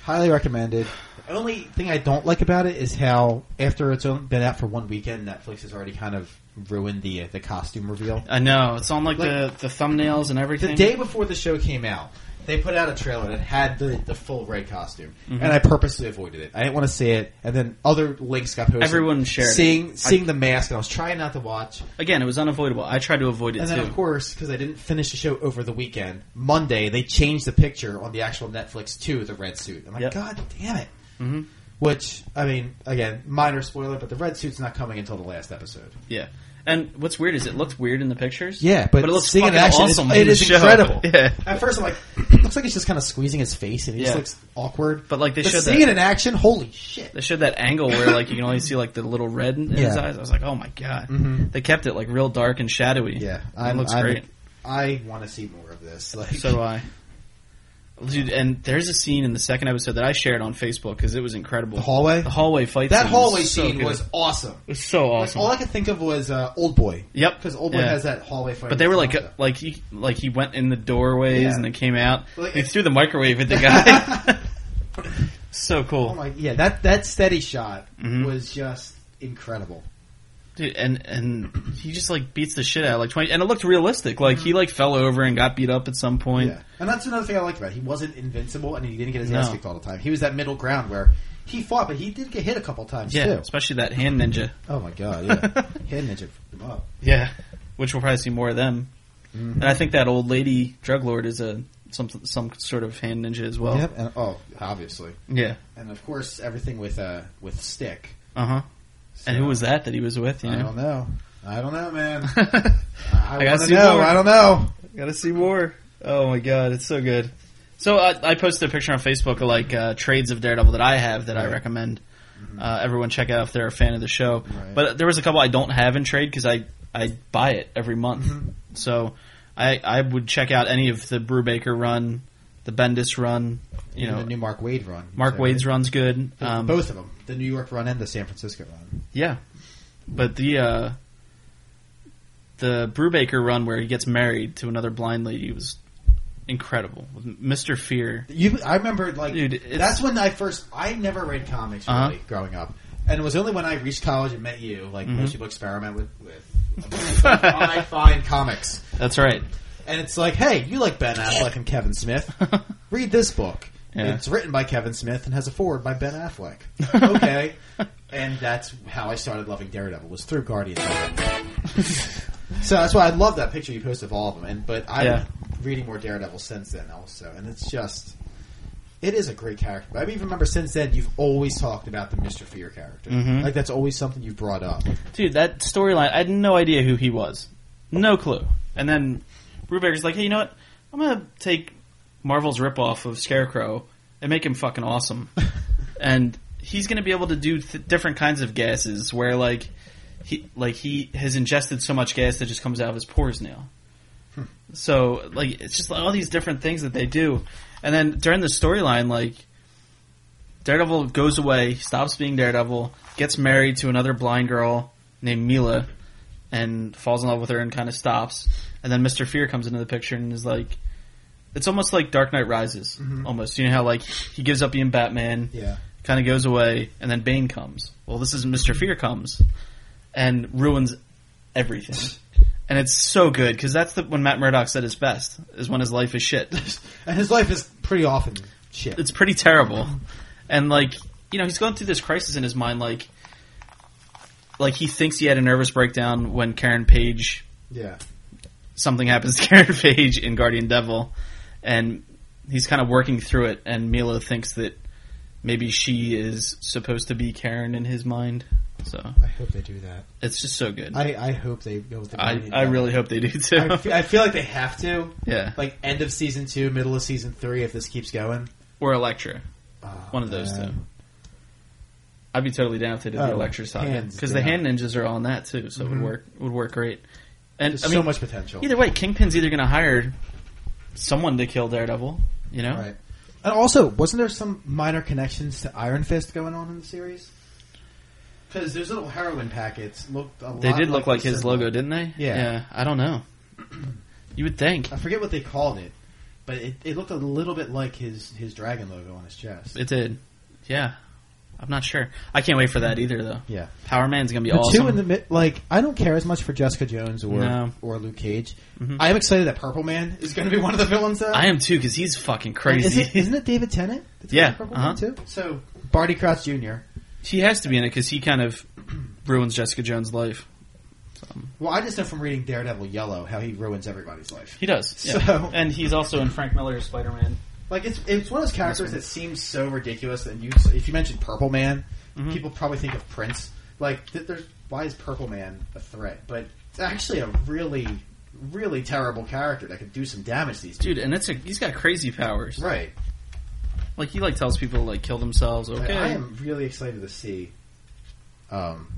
S3: highly recommended. The only thing I don't like about it is how after it's on- been out for one weekend, Netflix has already kind of ruined the the costume reveal.
S2: I know it's on like,
S3: Like-
S2: the, the thumbnails and everything.
S3: The day before the show came out, they put out a trailer that had the, the full red costume,
S2: Mm-hmm.
S3: and I purposely avoided it. I didn't want to see it, and then other links got posted.
S2: Everyone shared it.
S3: seeing seeing the mask, and I was trying not to watch.
S2: Again, it was unavoidable. I tried to avoid it
S3: And then,
S2: too.
S3: of course, because I didn't finish the show over the weekend, Monday they changed the picture on the actual Netflix to the red suit. I'm like,
S2: Yep.
S3: God damn it! Which I mean, again, minor spoiler, but the red suit's not coming until the last episode.
S2: yeah. And what's weird is it looked weird in the pictures.
S3: Yeah, but,
S2: but it looks
S3: seeing it
S2: fucking
S3: in action,
S2: awesome.
S3: it
S2: in the
S3: is
S2: show.
S3: incredible.
S2: [laughs] Yeah.
S3: [laughs] At first, I'm like, [clears throat] looks like he's just kind of squeezing his face, and he
S2: Yeah.
S3: just looks awkward.
S2: But, like, they showed
S3: seeing
S2: that-
S3: it in action, holy shit!
S2: They showed that angle where like you can only see like the little red in in his
S3: Yeah. Mm.
S2: eyes. I was like, oh my god.
S3: Mm-hmm.
S2: They kept it like real dark and shadowy.
S3: Yeah,
S2: it
S3: I'm-
S2: looks
S3: I'm-
S2: great.
S3: I want to see more of this. Like,
S2: So uh, do I. Dude, and there's a scene in the second episode that I shared on Facebook because it was incredible.
S3: the hallway,
S2: The hallway fight.
S3: that
S2: scene
S3: hallway
S2: was so
S3: scene
S2: good.
S3: was awesome.
S2: It was so
S3: Like,
S2: awesome.
S3: all I could think of was uh, Old Boy.
S2: Yep.
S3: because Old Boy
S2: Yeah.
S3: has that hallway fight.
S2: But they were like,
S3: concept.
S2: like he, like he went in the doorways
S3: Yeah.
S2: and then came out.
S3: Like-
S2: he threw the microwave
S3: [laughs]
S2: at the guy. so
S3: oh
S2: cool,
S3: my, yeah, that that steady shot
S2: Mhm.
S3: was just incredible.
S2: dude! And and he just like beats the shit out of like twenty, and it looked realistic. Like he like fell over and got beat up at some point.
S3: Yeah, and that's another thing I liked about it. He wasn't invincible, and he didn't get his ass
S2: No.
S3: kicked all the time. He was that middle ground where he fought, but he did get hit a couple times
S2: Yeah,
S3: too.
S2: especially that hand ninja.
S3: Oh my god, yeah, [laughs] hand ninja fucked him up.
S2: [laughs]
S3: Mm-hmm.
S2: Yeah, which we'll probably see more of them. And I think that old lady drug lord is a some some sort of hand ninja as well.
S3: Yep, and oh, obviously,
S2: Yeah.
S3: and of course everything with uh with stick.
S2: Uh huh. And
S3: So,
S2: who was that that he was with? You
S3: I
S2: know.
S3: don't know. I don't know, man.
S2: [laughs] I
S3: I,
S2: gotta
S3: want
S2: see
S3: to know.
S2: more.
S3: I don't know.
S2: Gotta see more. Oh my god, it's so good. So uh, I, I posted a picture on Facebook of like uh, trades of Daredevil that I have that I recommend uh, everyone check out if they're a fan of the show.
S3: Right.
S2: But there was a couple I don't have in trade because I I buy it every month. So I I would check out any of the Brubaker run, the Bendis run. You
S3: Even
S2: know,
S3: the new Mark Wade run.
S2: Mark
S3: So,
S2: Wade's run's good.
S3: the-
S2: Um,
S3: both of them, the New York run and the San Francisco run.
S2: yeah, but the uh, the Brubaker run where he gets married to another blind lady was incredible. Mister Fear.
S3: You, I remember like
S2: Dude, it's-
S3: that's when I first. I never read comics really
S2: Uh-huh.
S3: growing up, and it was only when I reached college and met you, like
S2: Mm-hmm.
S3: most people experiment with. with [laughs] I find comics,
S2: That's right.
S3: and it's like, hey, you like Ben Affleck and
S2: [laughs]
S3: Kevin Smith? Read this book.
S2: Yeah.
S3: It's written by Kevin Smith and has a forward by
S2: [laughs]
S3: Ben Affleck. Okay, and that's how I started loving Daredevil was through Guardians. so that's why I love that picture you posted of all of them. And but I'm
S2: Yeah.
S3: reading more Daredevil since then also, and it's just it is a great character. But I even remember since then you've always talked about the Mister Fear character.
S2: Mhm.
S3: Like that's always something you've brought up.
S2: Dude, that storyline, I had no idea who he was. No clue. And then Brubaker's like, hey, you know what? I'm going to take Marvel's ripoff of Scarecrow and make him fucking awesome. and he's going to be able to do th- different kinds of gases where like he like he has ingested so much gas that just comes out of his pores now. So like it's just all these different things that they do. And then during the storyline like Daredevil goes away, stops being Daredevil, gets married to another blind girl named Mila, and falls in love with her and kind of stops. And then Mister Fear comes into the picture and is like, it's almost like Dark Knight Rises, almost. You know how like he gives up being Batman,
S3: Yeah.
S2: kind of goes away, and then Bane comes. Well, this is Mister Fear comes and ruins everything. And it's so good because that's the, when Matt Murdock's at his best is when his life is shit. [laughs]
S3: And his life is pretty often shit.
S2: it's pretty terrible. And like, you know, he's going through this crisis in his mind. Like, like he thinks he had a nervous breakdown when Karen Page,
S3: yeah.
S2: something happens [laughs] to Karen Page in Guardian Devil, and he's kind of working through it. And Mila thinks that maybe she is supposed to be Karen in his mind. So
S3: I hope they do that.
S2: it's just so good. I
S3: I, I hope they go with the
S2: I,
S3: Guardian Devil.
S2: really hope they do too.
S3: I feel, I feel like they have to.
S2: [laughs] yeah,
S3: Like end of season two, middle of season three, if this keeps going.
S2: or Elektra.
S3: Oh,
S2: One of those
S3: man.
S2: two. I'd be totally down if they did the
S3: Oh,
S2: Electra saga
S3: hands
S2: because the
S3: down. Mm-hmm.
S2: hand ninjas are on that too, so it would work would work great. And
S3: There's
S2: I mean,
S3: so much potential.
S2: either way, Kingpin's either going to hire someone to kill Daredevil, you know,
S3: Right. And also, wasn't there some minor connections to Iron Fist going on in the series? Because those little heroin packets looked a
S2: they
S3: lot
S2: did look like
S3: the
S2: his
S3: symbol.
S2: logo, didn't they?
S3: Yeah.
S2: I don't know. You would think
S3: I forget what they called it, but it, it looked a little bit like his, his dragon logo on his chest.
S2: it did. Yeah, I'm not sure. I can't wait for that either, though.
S3: yeah.
S2: Power Man's going to be
S3: The
S2: awesome.
S3: two in the mid, like I don't care as much for Jessica Jones or
S2: No.
S3: or Luke Cage.
S2: Mhm.
S3: I am excited that Purple Man is going to be one of the villains. Though.
S2: I am too because he's fucking
S3: Is
S2: crazy.
S3: it, isn't it David Tennant? that's
S2: Yeah,
S3: playing Purple Man
S2: uh-huh.
S3: too. So Barty Crouch Jr.
S2: [laughs] he has to be in it because he kind of [clears throat] ruins Jessica Jones' life.
S3: Well, I just know from reading Daredevil Yellow how he ruins everybody's life.
S2: He does. Yeah.
S3: So-
S2: and he's also in Frank Miller's Spider-Man.
S3: Like it's it's one of those characters that seems so ridiculous. And you, if you mention Purple Man,
S2: Mhm.
S3: people probably think of Prince. Like, th- there's why is Purple Man a threat? But it's actually a really, really terrible character that could do some damage to these
S2: Dude, and it's a he's got crazy powers.
S3: people. Right.
S2: Like he like tells people to like kill themselves. Okay.
S3: I, I am really excited to see um,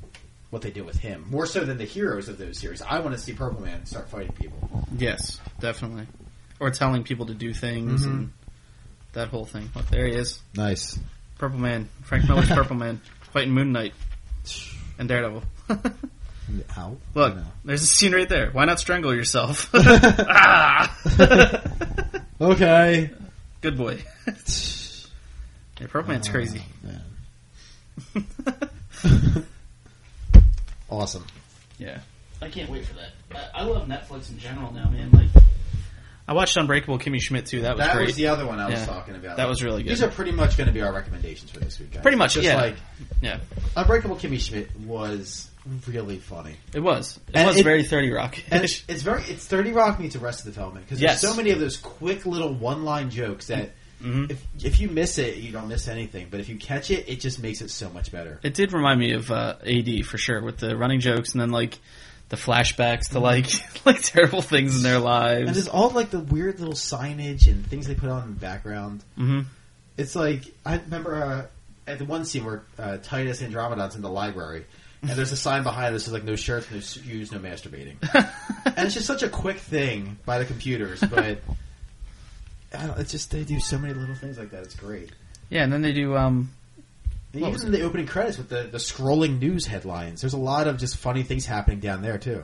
S3: what they do with him. More so than the heroes of those series. I want to see Purple Man start fighting people.
S2: Yes, definitely. Or telling people to do things and that whole thing. Look, there he is.
S3: Nice.
S2: Purple Man. Frank Miller's Purple Man. Fighting Moon Knight. And Daredevil.
S3: How?
S2: Look, there's a scene right there. Why not strangle yourself? Ah!
S3: Okay.
S2: Good boy. Yeah, Purple Man's crazy. [laughs]
S3: Awesome.
S2: Yeah. I can't wait for that. I, I love Netflix in general now, man. Like, I watched Unbreakable Kimmy Schmidt too. That was
S3: That
S2: great.
S3: was the other one I was
S2: Yeah.
S3: talking about.
S2: That was really good.
S3: These are pretty much going to be our recommendations for this week. Guys.
S2: Pretty much,
S3: Just
S2: yeah.
S3: like
S2: yeah,
S3: Unbreakable Kimmy Schmidt was really funny,
S2: it was. It
S3: And
S2: was
S3: it-
S2: very Thirty Rock.
S3: and it's, it's very it's Thirty Rock meets Arrested Development because
S2: Yes.
S3: there's so many of those quick little one line jokes that
S2: Mhm.
S3: if if you miss it, you don't miss anything. But if you catch it, it just makes it so much better.
S2: It did remind me of uh, AD for sure, with the running jokes and then like the flashbacks to like [laughs] like terrible things in their
S3: And
S2: lives.
S3: there's all like the weird little signage and things they put on in the background.
S2: hmm
S3: It's like I remember uh, at the one scene where uh, Titus Andromedon's in the library, and there's a sign behind us that's like no shirts, no shoes,
S2: [laughs]
S3: no masturbating, and it's just such a quick thing by the computers, but. [laughs] I don't, it's just they do so many little things like that. It's great.
S2: Yeah, and then they do. um
S3: And
S2: What
S3: Even
S2: was
S3: in the opening credits with the, the scrolling news headlines, there's a lot of just funny things happening down there too.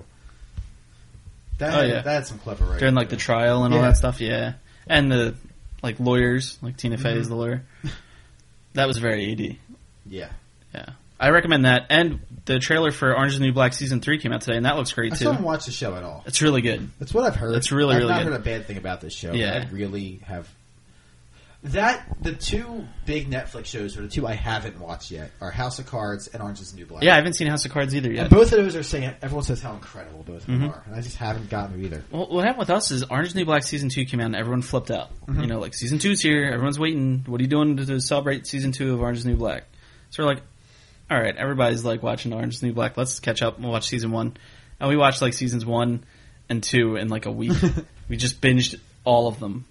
S3: That
S2: Oh, yeah.
S3: that had some clever writing.
S2: during like the trial and all
S3: Yeah.
S2: that stuff. Yeah, and the like lawyers, like Tina Fey
S3: Mm-hmm.
S2: is the lawyer. That was very AD.
S3: yeah.
S2: Yeah, I recommend that. And the trailer for Orange is the New Black season three came out today, and that looks
S3: I
S2: great
S3: still
S2: too.
S3: haven't watched the show at all.
S2: It's really good.
S3: That's what I've heard.
S2: It's really,
S3: I've
S2: really
S3: not
S2: good.
S3: heard a bad thing about this show.
S2: Yeah.
S3: I really have. That the two big Netflix shows are the two I haven't watched yet are House of Cards and Orange Is the New Black.
S2: Yeah, I haven't seen House of Cards either
S3: and
S2: yet.
S3: both of those are saying everyone says how incredible both of them
S2: Mhm.
S3: are, and I just haven't gotten them either.
S2: Well, what happened with us is Orange is the New Black season two came out and everyone flipped out. You know, like season two's here, everyone's waiting. What are you doing to, to celebrate season two of Orange is the New Black? So we're like, all right, everybody's like watching Orange is the New Black. Let's catch up and we'll watch season one. And we watched like seasons one and two in like a week. we just binged all of them,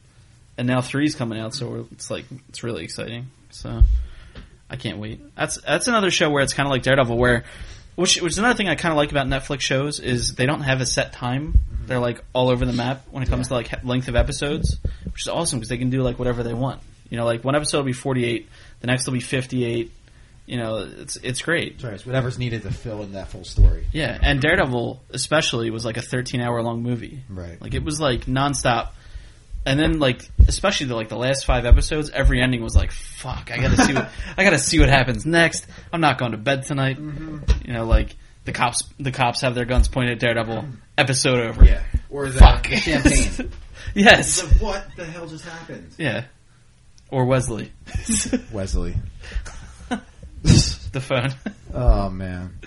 S2: and now three's coming out, so we're, it's like it's really exciting. So I can't wait. That's that's another show where it's kind of like Daredevil, where which which is another thing I kind of like about Netflix shows is they don't have a set time. They're like all over the map when it comes to like he- length of episodes, which is awesome because they can do like whatever they want. You know, like one episode will be forty eight, the next will be fifty eight. You know, it's it's great.
S5: Sorry, it's whatever's needed to fill in that full story.
S2: Yeah, and Daredevil especially was like a 13 hour long movie.
S5: Right.
S2: Like it was like nonstop. And then like especially the like the last 5 episodes, every ending was like fuck, I got to see what I got to see what happens next. I'm not going to bed tonight.
S5: Mm-hmm.
S2: You know, like the cops the cops have their guns pointed at Daredevil. Episode over.
S5: Mm-hmm. Yeah, or the,
S2: Fuck.
S5: the champagne.
S2: [laughs] yes.
S5: what the hell just happened?
S2: Yeah. Or Wesley. [laughs]
S5: Wesley.
S2: the phone.
S5: Oh man.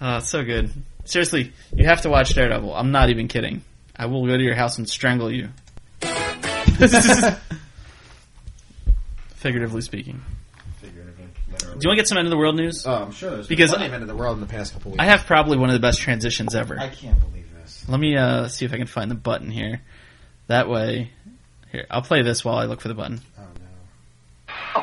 S2: Oh, it's so good. Seriously, you have to watch Daredevil. I'm not even kidding. I will go to your house and strangle you. Figuratively speaking. Do you want to get some end of the world news?
S3: Uh,
S5: Oh, I'm sure there's
S2: Because
S5: because plenty of men in the world in the past couple weeks.
S2: I have probably one of the best transitions ever.
S5: I can't believe this.
S2: Let me uh, see if I can find the button here. That way, here I'll play this while I look for the button.
S5: Oh no.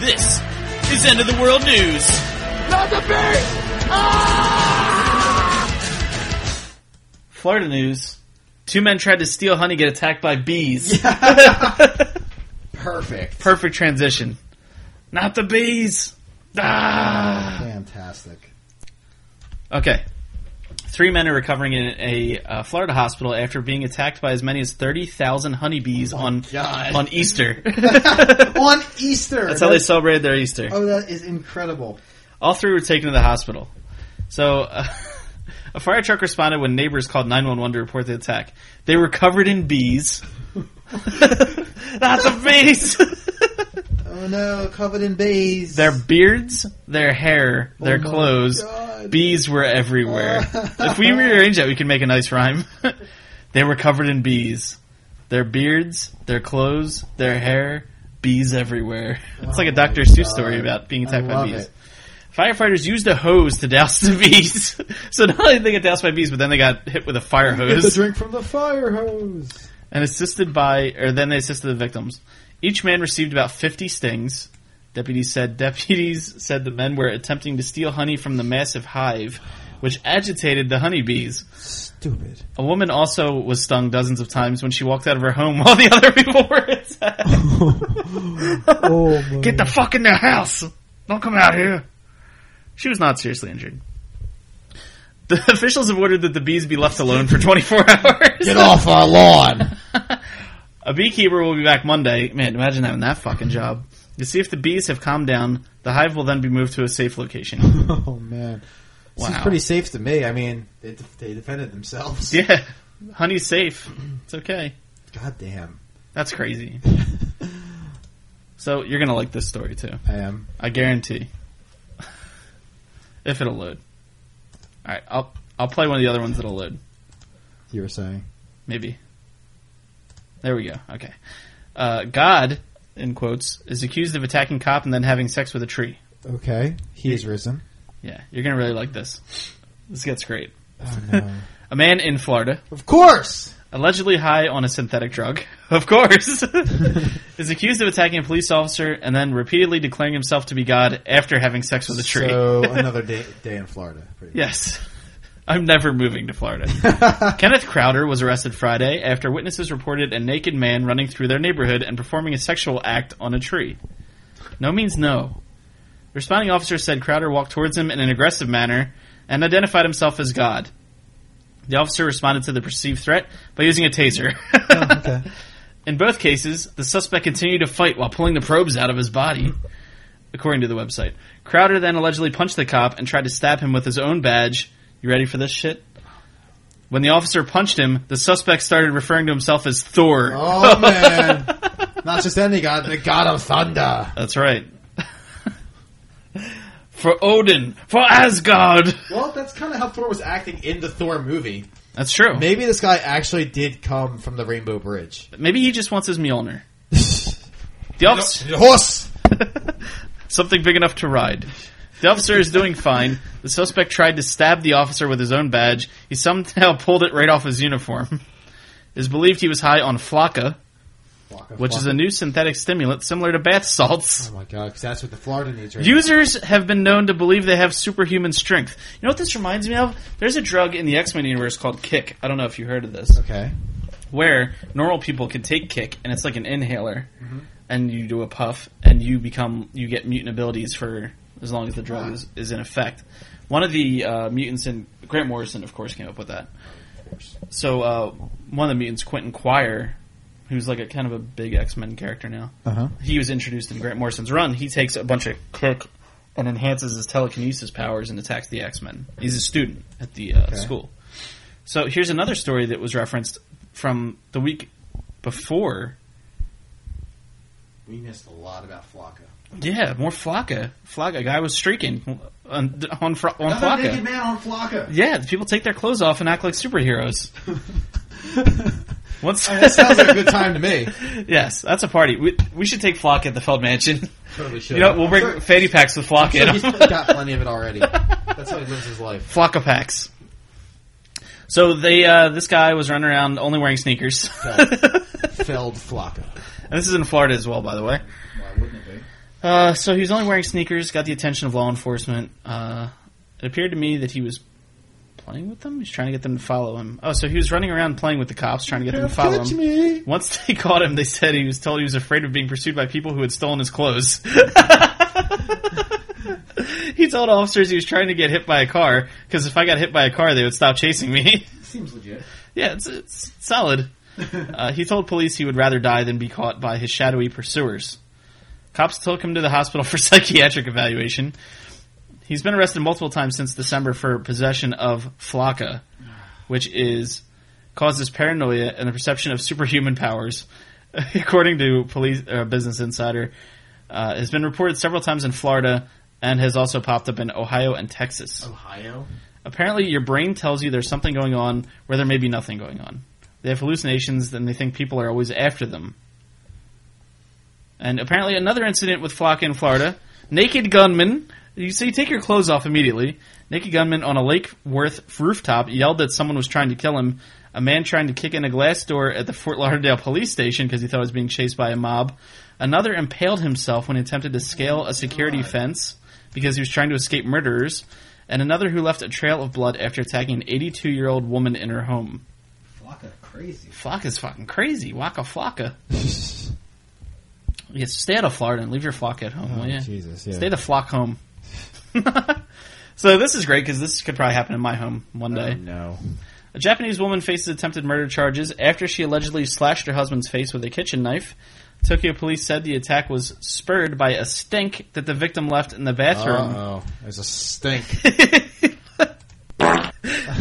S2: This is end of the world news. Ah! Florida news: Two men tried to steal honey, get attacked by bees.
S5: Perfect.
S2: Perfect transition. Not the bees. Ah.
S5: Fantastic.
S2: Okay. Three men are recovering in a uh, Florida hospital after being attacked by as many as 30,000 honeybees on
S5: God.
S2: on Easter.
S5: On Easter.
S2: That's how they celebrated their Easter.
S5: Oh, that is incredible.
S2: All three were taken to the hospital. So, [laughs] uh, a fire truck responded when neighbors called 911 to report the attack. They were covered in bees. [laughs] Not the bees!
S5: Oh no, covered in bees.
S2: their beards, their hair, their
S5: my
S2: clothes.
S5: God.
S2: Bees were
S5: [laughs]
S2: everywhere. if we rearrange that, we can make a nice rhyme. [laughs] they were covered in bees. Their beards, their clothes, their hair, bees everywhere. [laughs] It's like a Dr. Seuss story about being attacked
S5: Oh I love
S2: by bees.
S5: it.
S2: Firefighters used a hose to douse the [laughs] bees. so not only did they get doused by bees, but then they got hit with a
S5: [laughs]
S2: fire
S5: Get the
S2: hose
S5: drink from the fire hose. [laughs]
S2: and assisted by, or then they assisted the victims. Each man received about 50 stings. Deputies said [laughs] deputies said the men were attempting to steal honey from the massive hive, which agitated the honeybees.
S5: Stupid.
S2: A woman also was stung dozens of times when she walked out of her home [laughs] while the other people were inside.
S5: [laughs] Oh my.
S2: Get the fuck in their house! Don't come out here. She was not seriously injured. The [laughs] officials have ordered that the bees be left alone for 24 [laughs] hours.
S5: Get off our lawn.
S2: A beekeeper will be back Monday. Man, imagine having that fucking job. To see if the bees have calmed down, the hive will then be moved to a safe location.
S5: oh man. Seems
S2: Wow.
S5: pretty safe to me. I mean, they, they defended themselves.
S2: [laughs] yeah, honey's safe. It's okay.
S5: God damn. [laughs]
S2: That's crazy. So you're gonna like this story too.
S5: I am.
S2: I guarantee. [laughs] if it'll load. All right, I'll I'll play one of the other ones that'll load.
S5: You were saying.
S2: Maybe. There we go. Okay. Uh, God, in quotes, is accused of attacking cop and then having sex with a tree.
S5: Okay. He is [laughs] risen.
S2: Yeah, you're gonna really like this. This gets great.
S5: Oh no.
S2: A man in Florida,
S5: of course.
S2: allegedly high on a synthetic drug, [laughs] of course, is accused of attacking a police officer and then repeatedly declaring himself to be God after having sex with a tree.
S5: So [laughs] another day, day in Florida. [laughs]
S2: [laughs]
S5: Pretty
S2: yes. I'm never moving to Florida. Kenneth Crowder was arrested Friday after witnesses reported a naked man running through their neighborhood and performing a sexual act on a tree. No means no. The responding officer said Crowder walked towards him in an aggressive manner and identified himself as God. The officer responded to the perceived threat by using a taser. [laughs]
S5: Oh, okay.
S2: In both cases, the suspect continued to fight while pulling the probes out of his body, according to the website. Crowder then allegedly punched the cop and tried to stab him with his own badge. You ready for this shit? When the officer punched him, the suspect started referring to himself as Thor.
S5: Oh man! Not just any god, the god of thunder.
S2: That's right. for Odin, for Asgard.
S5: Well, that's kind of how Thor was acting in the Thor movie.
S2: That's true. Maybe,
S5: Maybe this guy actually did come from the Rainbow Bridge.
S2: he just wants his Mjolnir. The officer,
S5: Horse.
S2: Something big enough to ride. The officer is doing fine. The suspect tried to stab the officer with his own badge. He somehow [laughs] pulled it right off his uniform. It is believed he was high on flaca, which is a new synthetic stimulant similar to bath salts.
S5: Oh my god, because that's what the Florida needs right
S2: Users have been known to believe they have superhuman strength. You know what this reminds me of? There's a drug in the X Men universe called Kick. I don't know if you heard of this
S5: now. Okay.
S2: where normal people can take kick and it's like an inhaler and you do a puff and you become you get mutant abilities for as long as the drug is, is in effect one of the uh, mutants in grant morrison of course came up with that so uh, one of the mutants quentin quire who's like a kind of a big x-men character now
S5: Uh-huh.
S2: he was introduced in grant morrison's run he takes a bunch of kick and enhances his telekinesis powers and attacks the x-men he's a student at the uh, school so here's another story that was referenced from the week before.
S5: We missed a lot about Flocka.
S2: Yeah, more Flocka. Flocka guy was streaking on on, fr- on
S5: Another naked
S2: Flocka.
S5: man
S2: [laughs]
S5: on Flocka.
S2: Yeah, people take their clothes off and act like [laughs] superheroes. [laughs] Once
S5: that sounds like a good time to me.
S2: yes, that's a party. We, we should take Flocka at the Feld [laughs] Mansion.
S5: Totally should.
S2: You know, we'll
S5: I'm
S2: bring [laughs]
S5: sure-
S2: fanny packs with Flocka. in
S5: sure
S2: 'em. [laughs]
S5: he's got plenty of it already. That's how he lives his life.
S2: Flocka packs. So they uh, this guy was running around only wearing sneakers.
S5: Felled Flocka.
S2: And this is in Florida as well, by the way.
S5: Why wouldn't it be?
S2: Uh, so he was only wearing sneakers, got the attention of law enforcement. Uh, it appeared to me that he was playing with them. He was trying to get them to follow him. Oh, so he was running around playing with the cops, trying to get them to follow him.
S5: me.
S2: Once [laughs] they caught him, they said he was told he was afraid of being pursued by people who had stolen his clothes. [laughs] he told officers he was trying to get hit by a car because if I got hit by a car, they would stop chasing me. [laughs]
S5: Seems legit.
S2: Yeah, it's, it's solid. Uh, he told police he would rather die than be caught by his shadowy pursuers. Cops took him to the hospital [laughs] for psychiatric evaluation. He's been arrested multiple times since December for possession of flaca, which is causes paranoia and the perception of superhuman powers, [laughs] according to police uh, Business Insider. Uh, has been reported several times in Florida and has also popped up in Ohio and Texas
S5: Ohio.
S2: apparently your brain tells you there's something going on where there may be nothing going on. They have hallucinations and they think people are always after them. And apparently another incident with Flocka in Florida. Naked gunman. You say take your clothes off immediately. Naked gunman on a Lake Worth rooftop yelled that someone was trying to kill him. A man trying to kick in a glass door at the Fort Lauderdale police station because he thought he was being chased by a mob. Another impaled himself when he attempted to scale a security fence because he was trying to escape murderers. And another who left a trail of blood after attacking an 82 year old woman in her home.
S5: Flocka, crazy.
S2: Flocka's fucking crazy. Waka
S5: [laughs]
S2: flocka. yes, stay out of Florida and leave your flock at
S5: Oh,
S2: home, will ya?
S5: Jesus, yeah.
S2: Stay the flock home. [laughs] so this is great because this could probably happen in my home one day.
S5: no.
S2: A Japanese woman faces attempted murder charges after she allegedly slashed her husband's face with a kitchen knife. Tokyo police said the attack was spurred by a stink that the victim left in the bathroom.
S5: Uh-oh. There's a stink.
S2: [laughs]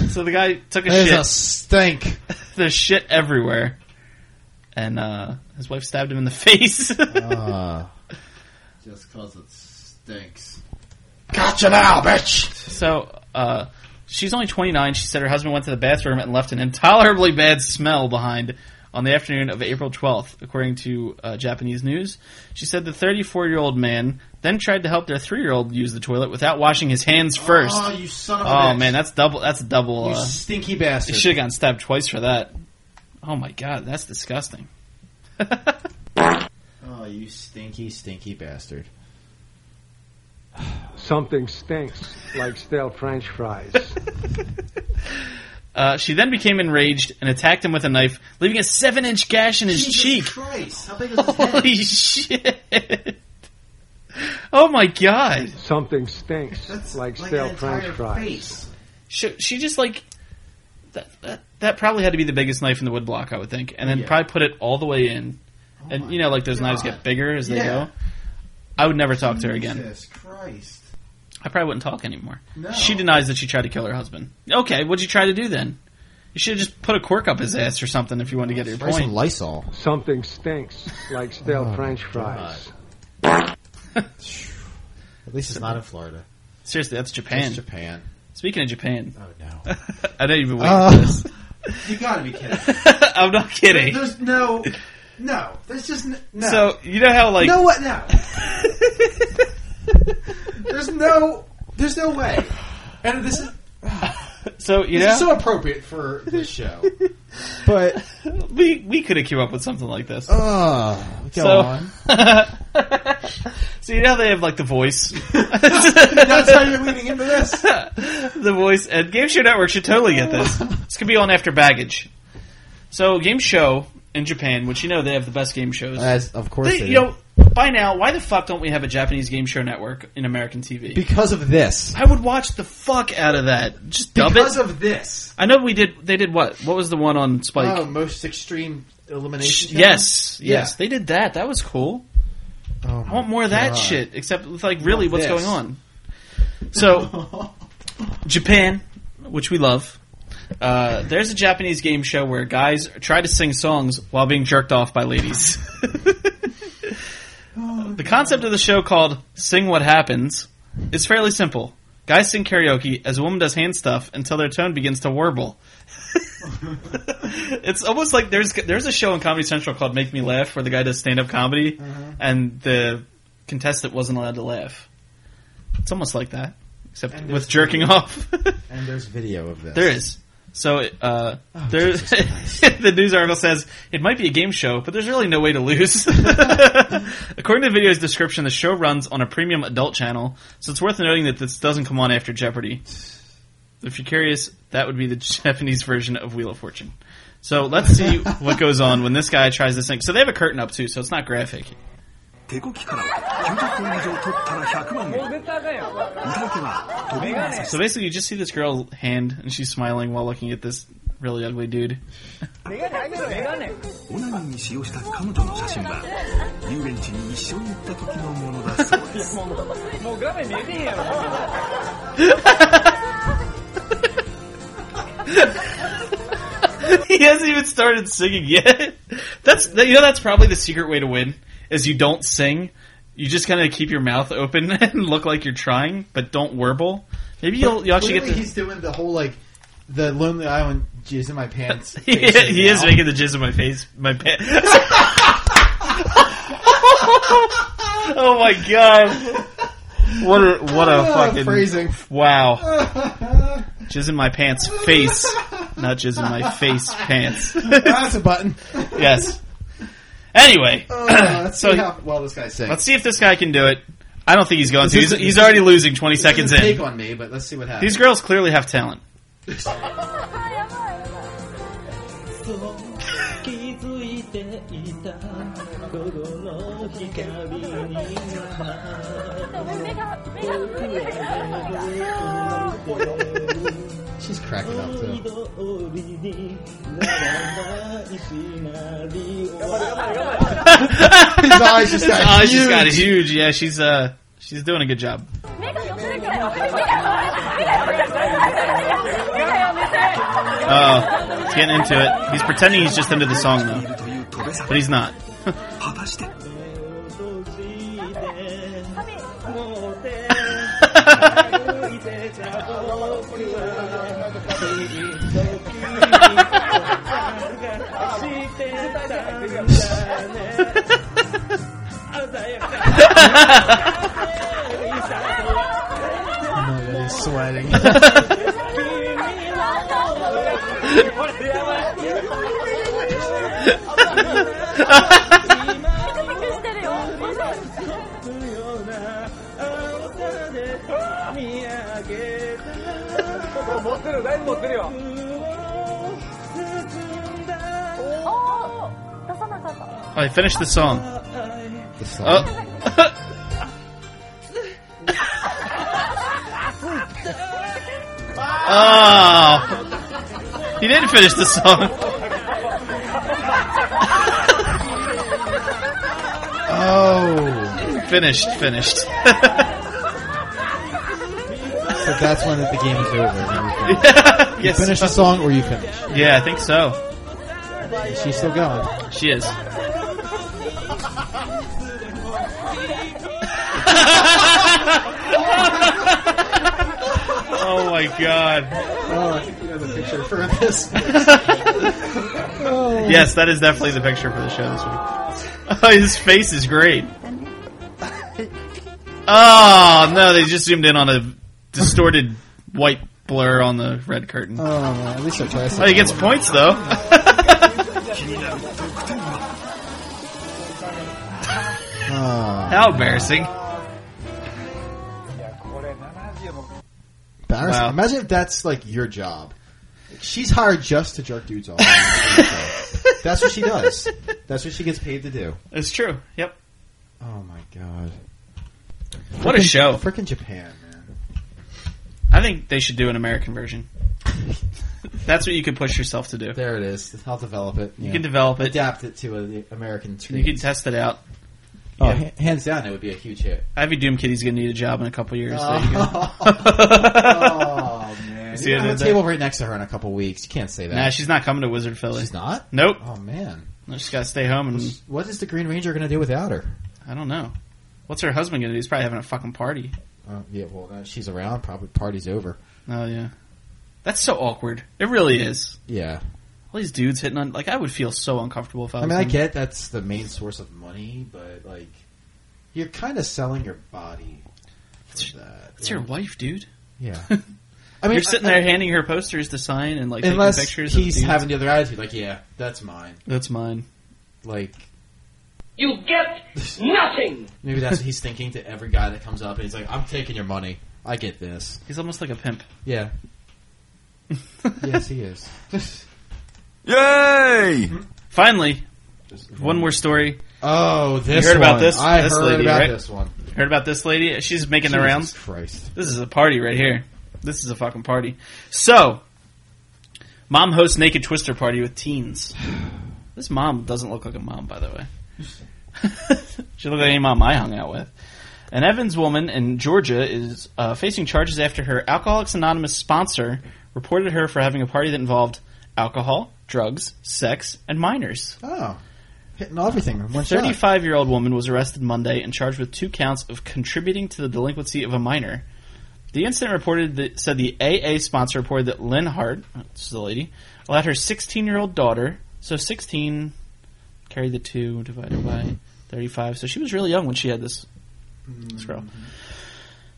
S2: So the guy took a
S5: There's
S2: shit.
S5: a stink.
S2: There's shit everywhere. And uh, his wife stabbed him in the [laughs] face.
S5: Uh,
S3: Just cause it stinks.
S5: gotcha now, bitch!
S2: so, uh, she's only 29. She said her husband went to the bathroom and left an intolerably bad smell behind on the afternoon of April 12th, according to uh, Japanese news. She said the 34 year old man then tried to help their 3 year old use the toilet without washing his hands first.
S5: Oh,
S2: Oh,
S5: you son of a bitch.
S2: man, that's double. That's double.
S5: You
S2: Uh,
S5: stinky
S2: They
S5: bastard.
S2: should have gotten stabbed twice for that. Oh my god, that's disgusting.
S5: Oh, you stinky, stinky bastard.
S10: Something stinks like stale French fries.
S2: Uh, she then became enraged and attacked him with a knife, leaving a seven-inch gash in his
S5: Jesus
S2: cheek.
S5: Christ, how big is his head?
S2: [laughs] Holy shit! Oh my god!
S10: Something stinks like
S5: an
S10: stale
S5: entire
S10: French fries.
S5: face.
S2: She, she just like that, that. That probably had to be the biggest knife in the woodblock, I would think, and then
S5: Yeah.
S2: probably put it all the way in. and
S5: Oh my
S2: you know, like those knives
S5: God.
S2: get bigger as they
S5: Yeah.
S2: go. I would never talk to her again.
S5: Jesus Christ.
S2: I probably wouldn't talk anymore.
S5: No.
S2: She denies that she tried to kill her husband. Okay, what'd you try to do then? You should have just put a cork up his ass or something if you wanted to get your
S5: Spray some
S2: point.
S5: Lysol.
S10: Something stinks like stale French fries.
S5: At least it's not in Florida.
S2: Seriously, that's
S5: It's
S2: Japan.
S5: Japan.
S2: Speaking of
S5: [laughs]
S2: Japan,
S5: Oh, no.
S2: I know you've been waiting.
S5: Uh, you gotta be kidding.
S2: [laughs] I'm not kidding.
S5: [laughs] There's no... No. There's just... n- No.
S2: [laughs] So you know how like
S5: no, what? No.
S3: There's no, there's no way. And this is
S2: So you
S3: this
S2: know,
S3: is so appropriate for this show.
S5: [laughs] But
S2: we we could have came up with something like this.
S5: uh, go
S2: So-
S5: on.
S2: so you know they have like the voice, [laughs]
S3: That's how you're leading into this.
S2: the voice, and Game Show Network should totally get this. This could be on after baggage. So Game Show in Japan, which you know they have the best game shows.
S5: As of course,
S2: They-
S5: they
S2: you
S5: do.
S2: know, by now, why the fuck don't we have a Japanese game show network in American TV?
S5: because of this.
S2: I would watch the fuck out of that. Just dub
S3: Because
S2: it.
S3: of this,
S2: I know we did. They did what? What was the one on Spike?
S3: oh, most extreme elimination. challenge?
S2: yes, yes,
S3: Yeah.
S2: they did that. That was cool.
S5: Oh
S2: I want more of that
S5: God.
S2: shit. Except with like really, what's
S3: this.
S2: going on? So, Japan, which we love. Uh, there's a Japanese game show where guys try to sing songs while being jerked off by ladies. [laughs] the concept of the show called Sing What Happens is fairly simple. Guys sing karaoke as a woman does hand stuff until their tone begins to warble. [laughs] it's almost like there's there's a show on Comedy Central called Make Me Laugh where the guy does stand up comedy and the contestant wasn't allowed to laugh. It's almost like that, except
S3: And
S2: with
S3: there's-
S2: jerking off. [laughs]
S3: And there's video of this.
S2: There is. So uh,
S3: Oh,
S2: there, [laughs] the news article says it might be a game show, but there's really no way to
S3: [laughs]
S2: lose. [laughs] According to the video's description, the show runs on a premium adult channel, so it's worth noting that this doesn't come on after Jeopardy. If you're curious, that would be the [laughs] Japanese version of Wheel of Fortune. So let's
S3: [laughs]
S2: see what goes on when this guy tries this thing. So they have a curtain up too, so it's not graphic.
S11: 手こきから90本以上取ったら100万円歌うけは飛びません
S2: So basically, you just see this girl hand, and she's smiling while looking at this really ugly dude. [laughs]
S11: オナニーに使用した彼女の写真は遊園地に一緒に行った時のものだそうです
S2: he hasn't even started singing yet. [laughs] That's that, you know that's probably the secret way to win is you don't sing. You just kind of keep your mouth open [laughs] and look like you're trying, but don't warble. Maybe you'll you will actually
S3: Clearly
S2: get
S3: he's doing the whole like the Lonely Island jizz in
S2: [laughs]
S3: my pants.
S2: the. He,
S3: face
S2: he is
S3: now.
S2: making the jizz in my face, my pants. [laughs] oh my god! What a what a
S3: Ah, [laughs]
S2: fucking
S3: phrasing. [laughs]
S2: wow! Jizz in my pants, face, not jizz in my face, pants. [laughs]
S3: That's
S2: [coughs]
S3: a button.
S2: yes. Anyway,
S3: Uh, let's
S2: So-
S3: see how well this guy sings.
S2: Let's see if this guy can do it. I don't think he's going to.
S3: This
S2: He's,
S3: is-
S2: he's already losing 20 seconds
S3: Doesn't take
S2: in.
S3: on me, but let's see what happens.
S2: These girls clearly have talent.
S3: She's cracking up too. [laughs] Oh His eyes just got
S2: Oh,
S3: huge.
S2: she's got huge. Yeah, she's uh, she's doing a good job. Oh, he's getting into it. He's pretending he's just into the song though,
S11: という戸部さん
S2: but he's not.
S11: 果たして
S3: He's
S2: [laughs]
S3: sweating.
S2: Oh, he finished the song.
S5: The song.
S2: Oh. oh, he didn't finish the song.
S5: Oh,
S2: Finished, finished. [laughs]
S5: so that's when the game is over. and everything.
S2: [laughs]
S5: You
S2: yes.
S5: finish the song, or you finish.
S2: Yeah, I think so.
S5: She's still going.
S2: She is. [laughs] oh my god. [laughs]
S3: oh, you know the picture for this.
S2: Yes, that is definitely the [laughs] picture for the show this week. Oh, his face is great. Oh no, they just zoomed in on a distorted white blur on the red curtain.
S12: Oh, at least I tried.
S2: Oh, he gets points though.
S3: Oh,
S2: How embarrassing!
S3: Embarrassing.
S2: Wow.
S3: Imagine if that's like your job. She's hired just to jerk dudes off. [laughs] that's what she does. That's what she gets paid to do.
S2: It's true. Yep.
S3: Oh my god.
S2: What a
S3: Frickin-
S2: show.
S3: Frickin' Japan, man.
S2: I think they should do an American version. That's what you could push yourself to do.
S3: There it is. I'll develop it.
S2: You can develop it.
S3: Adapt it to an American
S2: You can
S3: screen.
S2: test it out.
S3: Oh,
S2: yeah.
S3: ha- hands down, it would be a huge [laughs] hit.
S2: Ivy Doom Kitty's gonna need a job in a couple years. There you go.
S3: Oh, oh, man. [laughs]
S2: See
S3: You're
S2: what I
S3: gonna have
S2: did
S3: a
S2: there?
S3: table right next to her in a couple weeks. You can't say that.
S2: Nah, she's not coming to Wizard Philly.
S3: She's not?
S2: Nope.
S3: Oh, man.
S2: She's gotta stay home and
S3: What is the Green Ranger going to do without her?
S2: I don't know. What's her husband gonna do? He's probably having a fucking party.
S3: Uh, yeah, well, now she's around. Probably party's over.
S2: Oh yeah. That's so awkward. It really is.
S3: Yeah.
S2: All these dudes hitting on like I would feel so uncomfortable if I was
S3: I mean, I
S2: them.
S3: get that's the main source of money, but, like, you're kind of selling your body for that.
S2: It's your wife, dude.
S3: Yeah.
S2: [laughs]
S3: I mean,
S2: You're sitting
S3: I-
S2: there handing her posters to sign and like
S3: unless
S2: taking pictures. of
S3: he's
S2: dudes.
S3: having the other attitude, like, yeah, that's mine.
S2: That's mine.
S3: Like,
S13: You
S3: [laughs]
S13: get nothing.
S3: maybe that's what he's thinking to every guy that comes up, and he's like, I'm taking your money. I get this.
S2: He's almost like a pimp. [laughs]
S3: Yeah. yes, he is. [laughs]
S4: Yay!
S2: Finally, one more story.
S3: Oh, this
S2: You heard about
S3: one.
S2: this-
S3: I
S2: this
S3: heard
S2: lady,
S3: about
S2: right?
S3: this one.
S2: Heard about this lady? She's making the
S3: Jesus
S2: rounds.
S3: Christ.
S2: This is a party right here. This is a fucking party. So, mom hosts naked twister party with teens. [sighs] This mom doesn't look like a mom, by the way. [laughs] she looked like any mom I hung out with. An Evans woman in Georgia is uh, facing charges after her Alcoholics Anonymous sponsor reported her for having a party that involved alcohol, drugs, sex, and minors.
S3: Oh. Hitting everything in one shot.
S2: 35 year old woman was arrested Monday and charged with two counts of contributing to the delinquency of a minor. The incident reported that, said the AA sponsor reported that Lynn Hart, this is the lady, allowed her 16 year old daughter, so 16, carry the 2 divided by 35, so she was really young when she had this, this girl.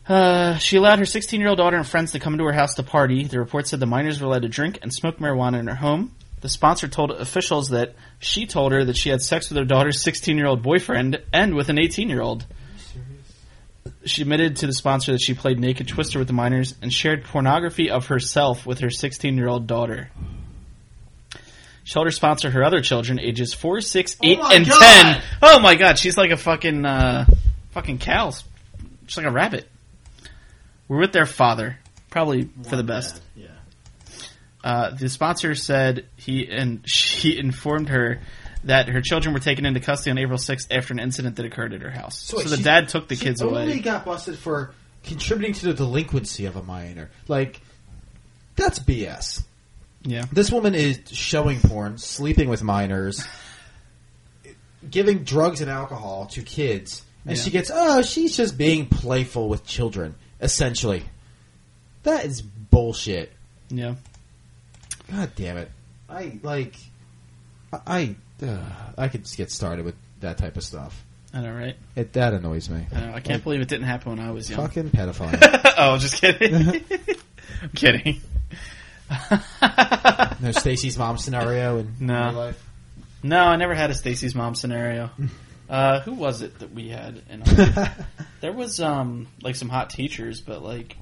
S2: Uh, she allowed her 16 year old daughter and friends to come to her house to party. The report said the minors were allowed to drink and smoke marijuana in her home. The sponsor told officials that she told her that she had sex with her daughter's 16 year old boyfriend and with an 18 year old. She admitted to the sponsor that she played Naked Twister with the minors and shared pornography of herself with her 16 year old daughter. She told her sponsor her other children, ages 4, 6, 8,
S3: Oh my
S2: and
S3: God!
S2: 10. Oh my god, she's like a fucking, uh, fucking cow. She's like a rabbit. We're with their father, probably for the best.
S3: Yeah.
S2: Uh, the sponsor said he and [laughs] she informed her that her children were taken into custody on April 6th after an incident that occurred at her house. So,
S3: wait,
S2: the
S3: she-
S2: dad took the
S3: she
S2: kids
S3: only
S2: away.
S3: got busted for contributing to the delinquency of a minor. Like, that's BS.
S2: Yeah.
S3: This woman is showing porn, sleeping with minors, giving drugs and alcohol to kids, and
S2: Yeah.
S3: she gets, oh, she's just being playful with children, essentially. That is bullshit.
S2: Yeah.
S3: God damn it! I like, I I, uh, I could just get started with that type of stuff.
S2: I know, right?
S3: It that annoys me.
S2: I know. I can't believe it didn't happen when I was young.
S3: Fucking pedophile.
S2: [laughs] oh, just kidding. [laughs] I'm kidding.
S3: no Stacy's mom scenario [laughs] in
S2: No.
S3: real life.
S2: [laughs] No, I never had a Stacy's mom scenario. Uh, who was it that we had? In [laughs] our- there was um like some hot teachers, but like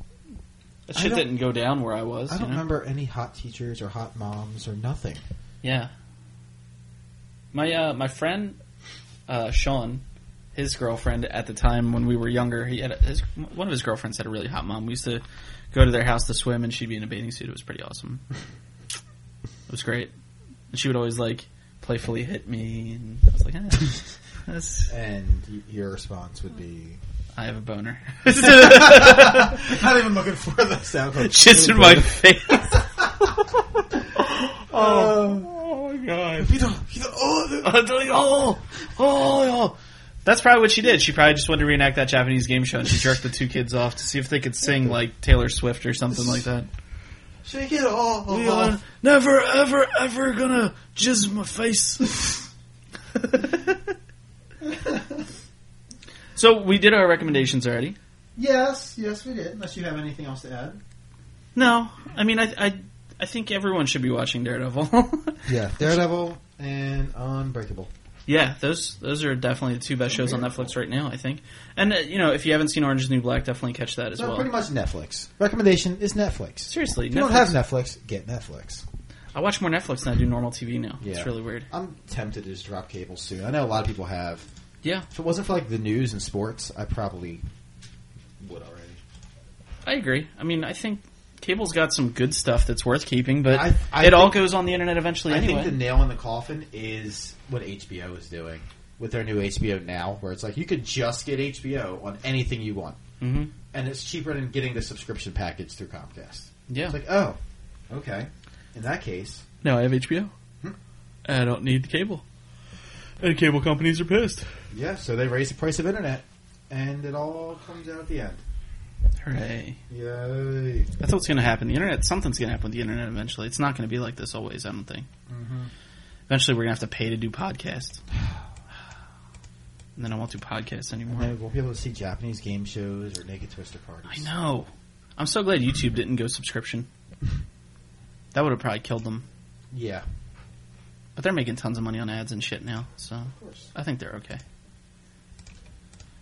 S2: that
S3: I
S2: shit
S3: don't-
S2: didn't go down where I was.
S3: I
S2: you
S3: don't
S2: know?
S3: remember any hot teachers or hot moms or nothing.
S2: Yeah. My uh, my friend uh, Sean, his girlfriend at the time when we were younger, he had a, his one of his girlfriends had a really hot mom. We used to go to their house to swim, and she'd be in a bathing suit. It was pretty awesome. it was great, and she would always like playfully hit me, and I was like, "Ah, that's,
S3: And y- your response would be,
S2: I have a boner.
S3: [laughs]
S2: [laughs]
S3: not even looking for the [laughs] sound. like-
S2: Shit's in my face.
S3: Oh,
S2: Oh my god.
S3: you don't- you don't- oh,
S2: I'm doing- [laughs] oh, oh, oh. That's probably what she did. She probably just wanted to reenact that Japanese game show, and she jerked the two kids off to see if they could sing like Taylor Swift or something like that.
S3: shake it off.
S2: We are never, ever, ever gonna jizz my face. [laughs] So we did our recommendations already.
S3: [laughs] Yes, yes, we did. Unless you have anything else to add.
S2: No, I mean, I, I, I think everyone should be watching Daredevil. [laughs]
S3: Yeah, Daredevil and Unbreakable.
S2: yeah, those those are definitely the two best shows on Netflix right now. I think, and uh, you know, if you haven't seen Orange is the New Black, definitely catch that as
S3: So
S2: well.
S3: pretty much Netflix. Recommendation is Netflix.
S2: Seriously,
S3: If you
S2: Netflix.
S3: don't have Netflix, get Netflix.
S2: I watch more Netflix than I do normal TV now.
S3: Yeah.
S2: It's really weird.
S3: I'm tempted to just drop cable soon. I know a lot of people have.
S2: Yeah,
S3: If it wasn't for like the news and sports, I probably would already.
S2: I agree. I mean, I think cable's got some good stuff that's worth keeping, but
S3: I- I
S2: it all
S3: think-
S2: goes on the internet eventually
S3: I
S2: anyway.
S3: think the nail in the coffin is what HBO is doing with their new HBO Now, where it's like you could just get HBO on anything you want,
S2: hmm
S3: and it's cheaper than getting the subscription package through Comcast.
S2: Yeah.
S3: It's like, oh, okay. In that case,
S2: Now I have HBO.
S3: Hmm?
S2: I don't need cable. And cable companies are pissed.
S3: yeah. So they raise the price of internet, and it all comes out at the end.
S2: Hooray.
S3: Yay!
S2: That's what's going to happen. The internet, something's going to happen with the internet eventually. It's not going to be like this always, I don't think.
S3: Mm-hmm.
S2: Eventually, we're going to have to pay to do podcasts. And then I won't do podcasts anymore.
S3: And we'll be able to see Japanese game shows or naked twister parties.
S2: I know. I'm so glad YouTube didn't go subscription. That would have probably killed them.
S3: Yeah.
S2: But they're making tons of money on ads and shit now, so
S3: course.
S2: I think they're okay.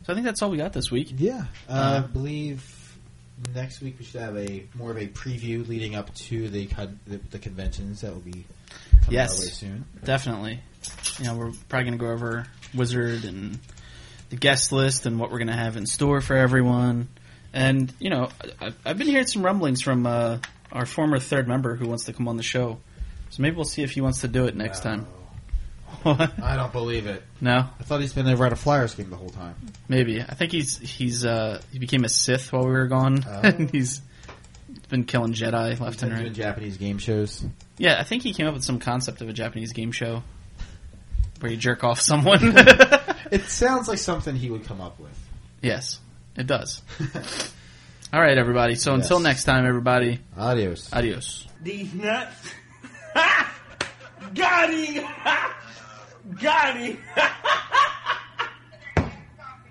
S2: So I think that's all we got this week.
S3: Yeah, uh,
S2: Uh,
S3: I believe next week we should have a more of a preview leading up to the con- the, the conventions that will be coming
S2: Yes.
S3: our way soon.
S2: Definitely. You know, we're probably going to go over Wizard and the guest list and what we're going to have in store for everyone. And, you know, I, I've been hearing some rumblings from uh, our former third member who wants to come on the show. So maybe we'll see if he wants to do it next time. What?
S3: Uh, I don't believe it.
S2: [laughs] No,
S3: I thought he's been over at a Flyers game the whole time.
S2: maybe. I think he's he's uh he became a Sith while we were gone.
S3: Oh.
S2: [laughs] and he's been killing Jedi
S3: He's
S2: left
S3: been
S2: and
S3: doing
S2: right.
S3: Japanese
S2: [laughs]
S3: game shows.
S2: Yeah, I think he came up with some concept of a Japanese game show where you jerk off someone.
S3: It sounds like something he would come up with.
S2: Yes, it does. [laughs] All right, everybody. So until
S3: Yes.
S2: next time, everybody,
S3: Adios.
S2: adios.
S14: These nuts. Got him! Got him!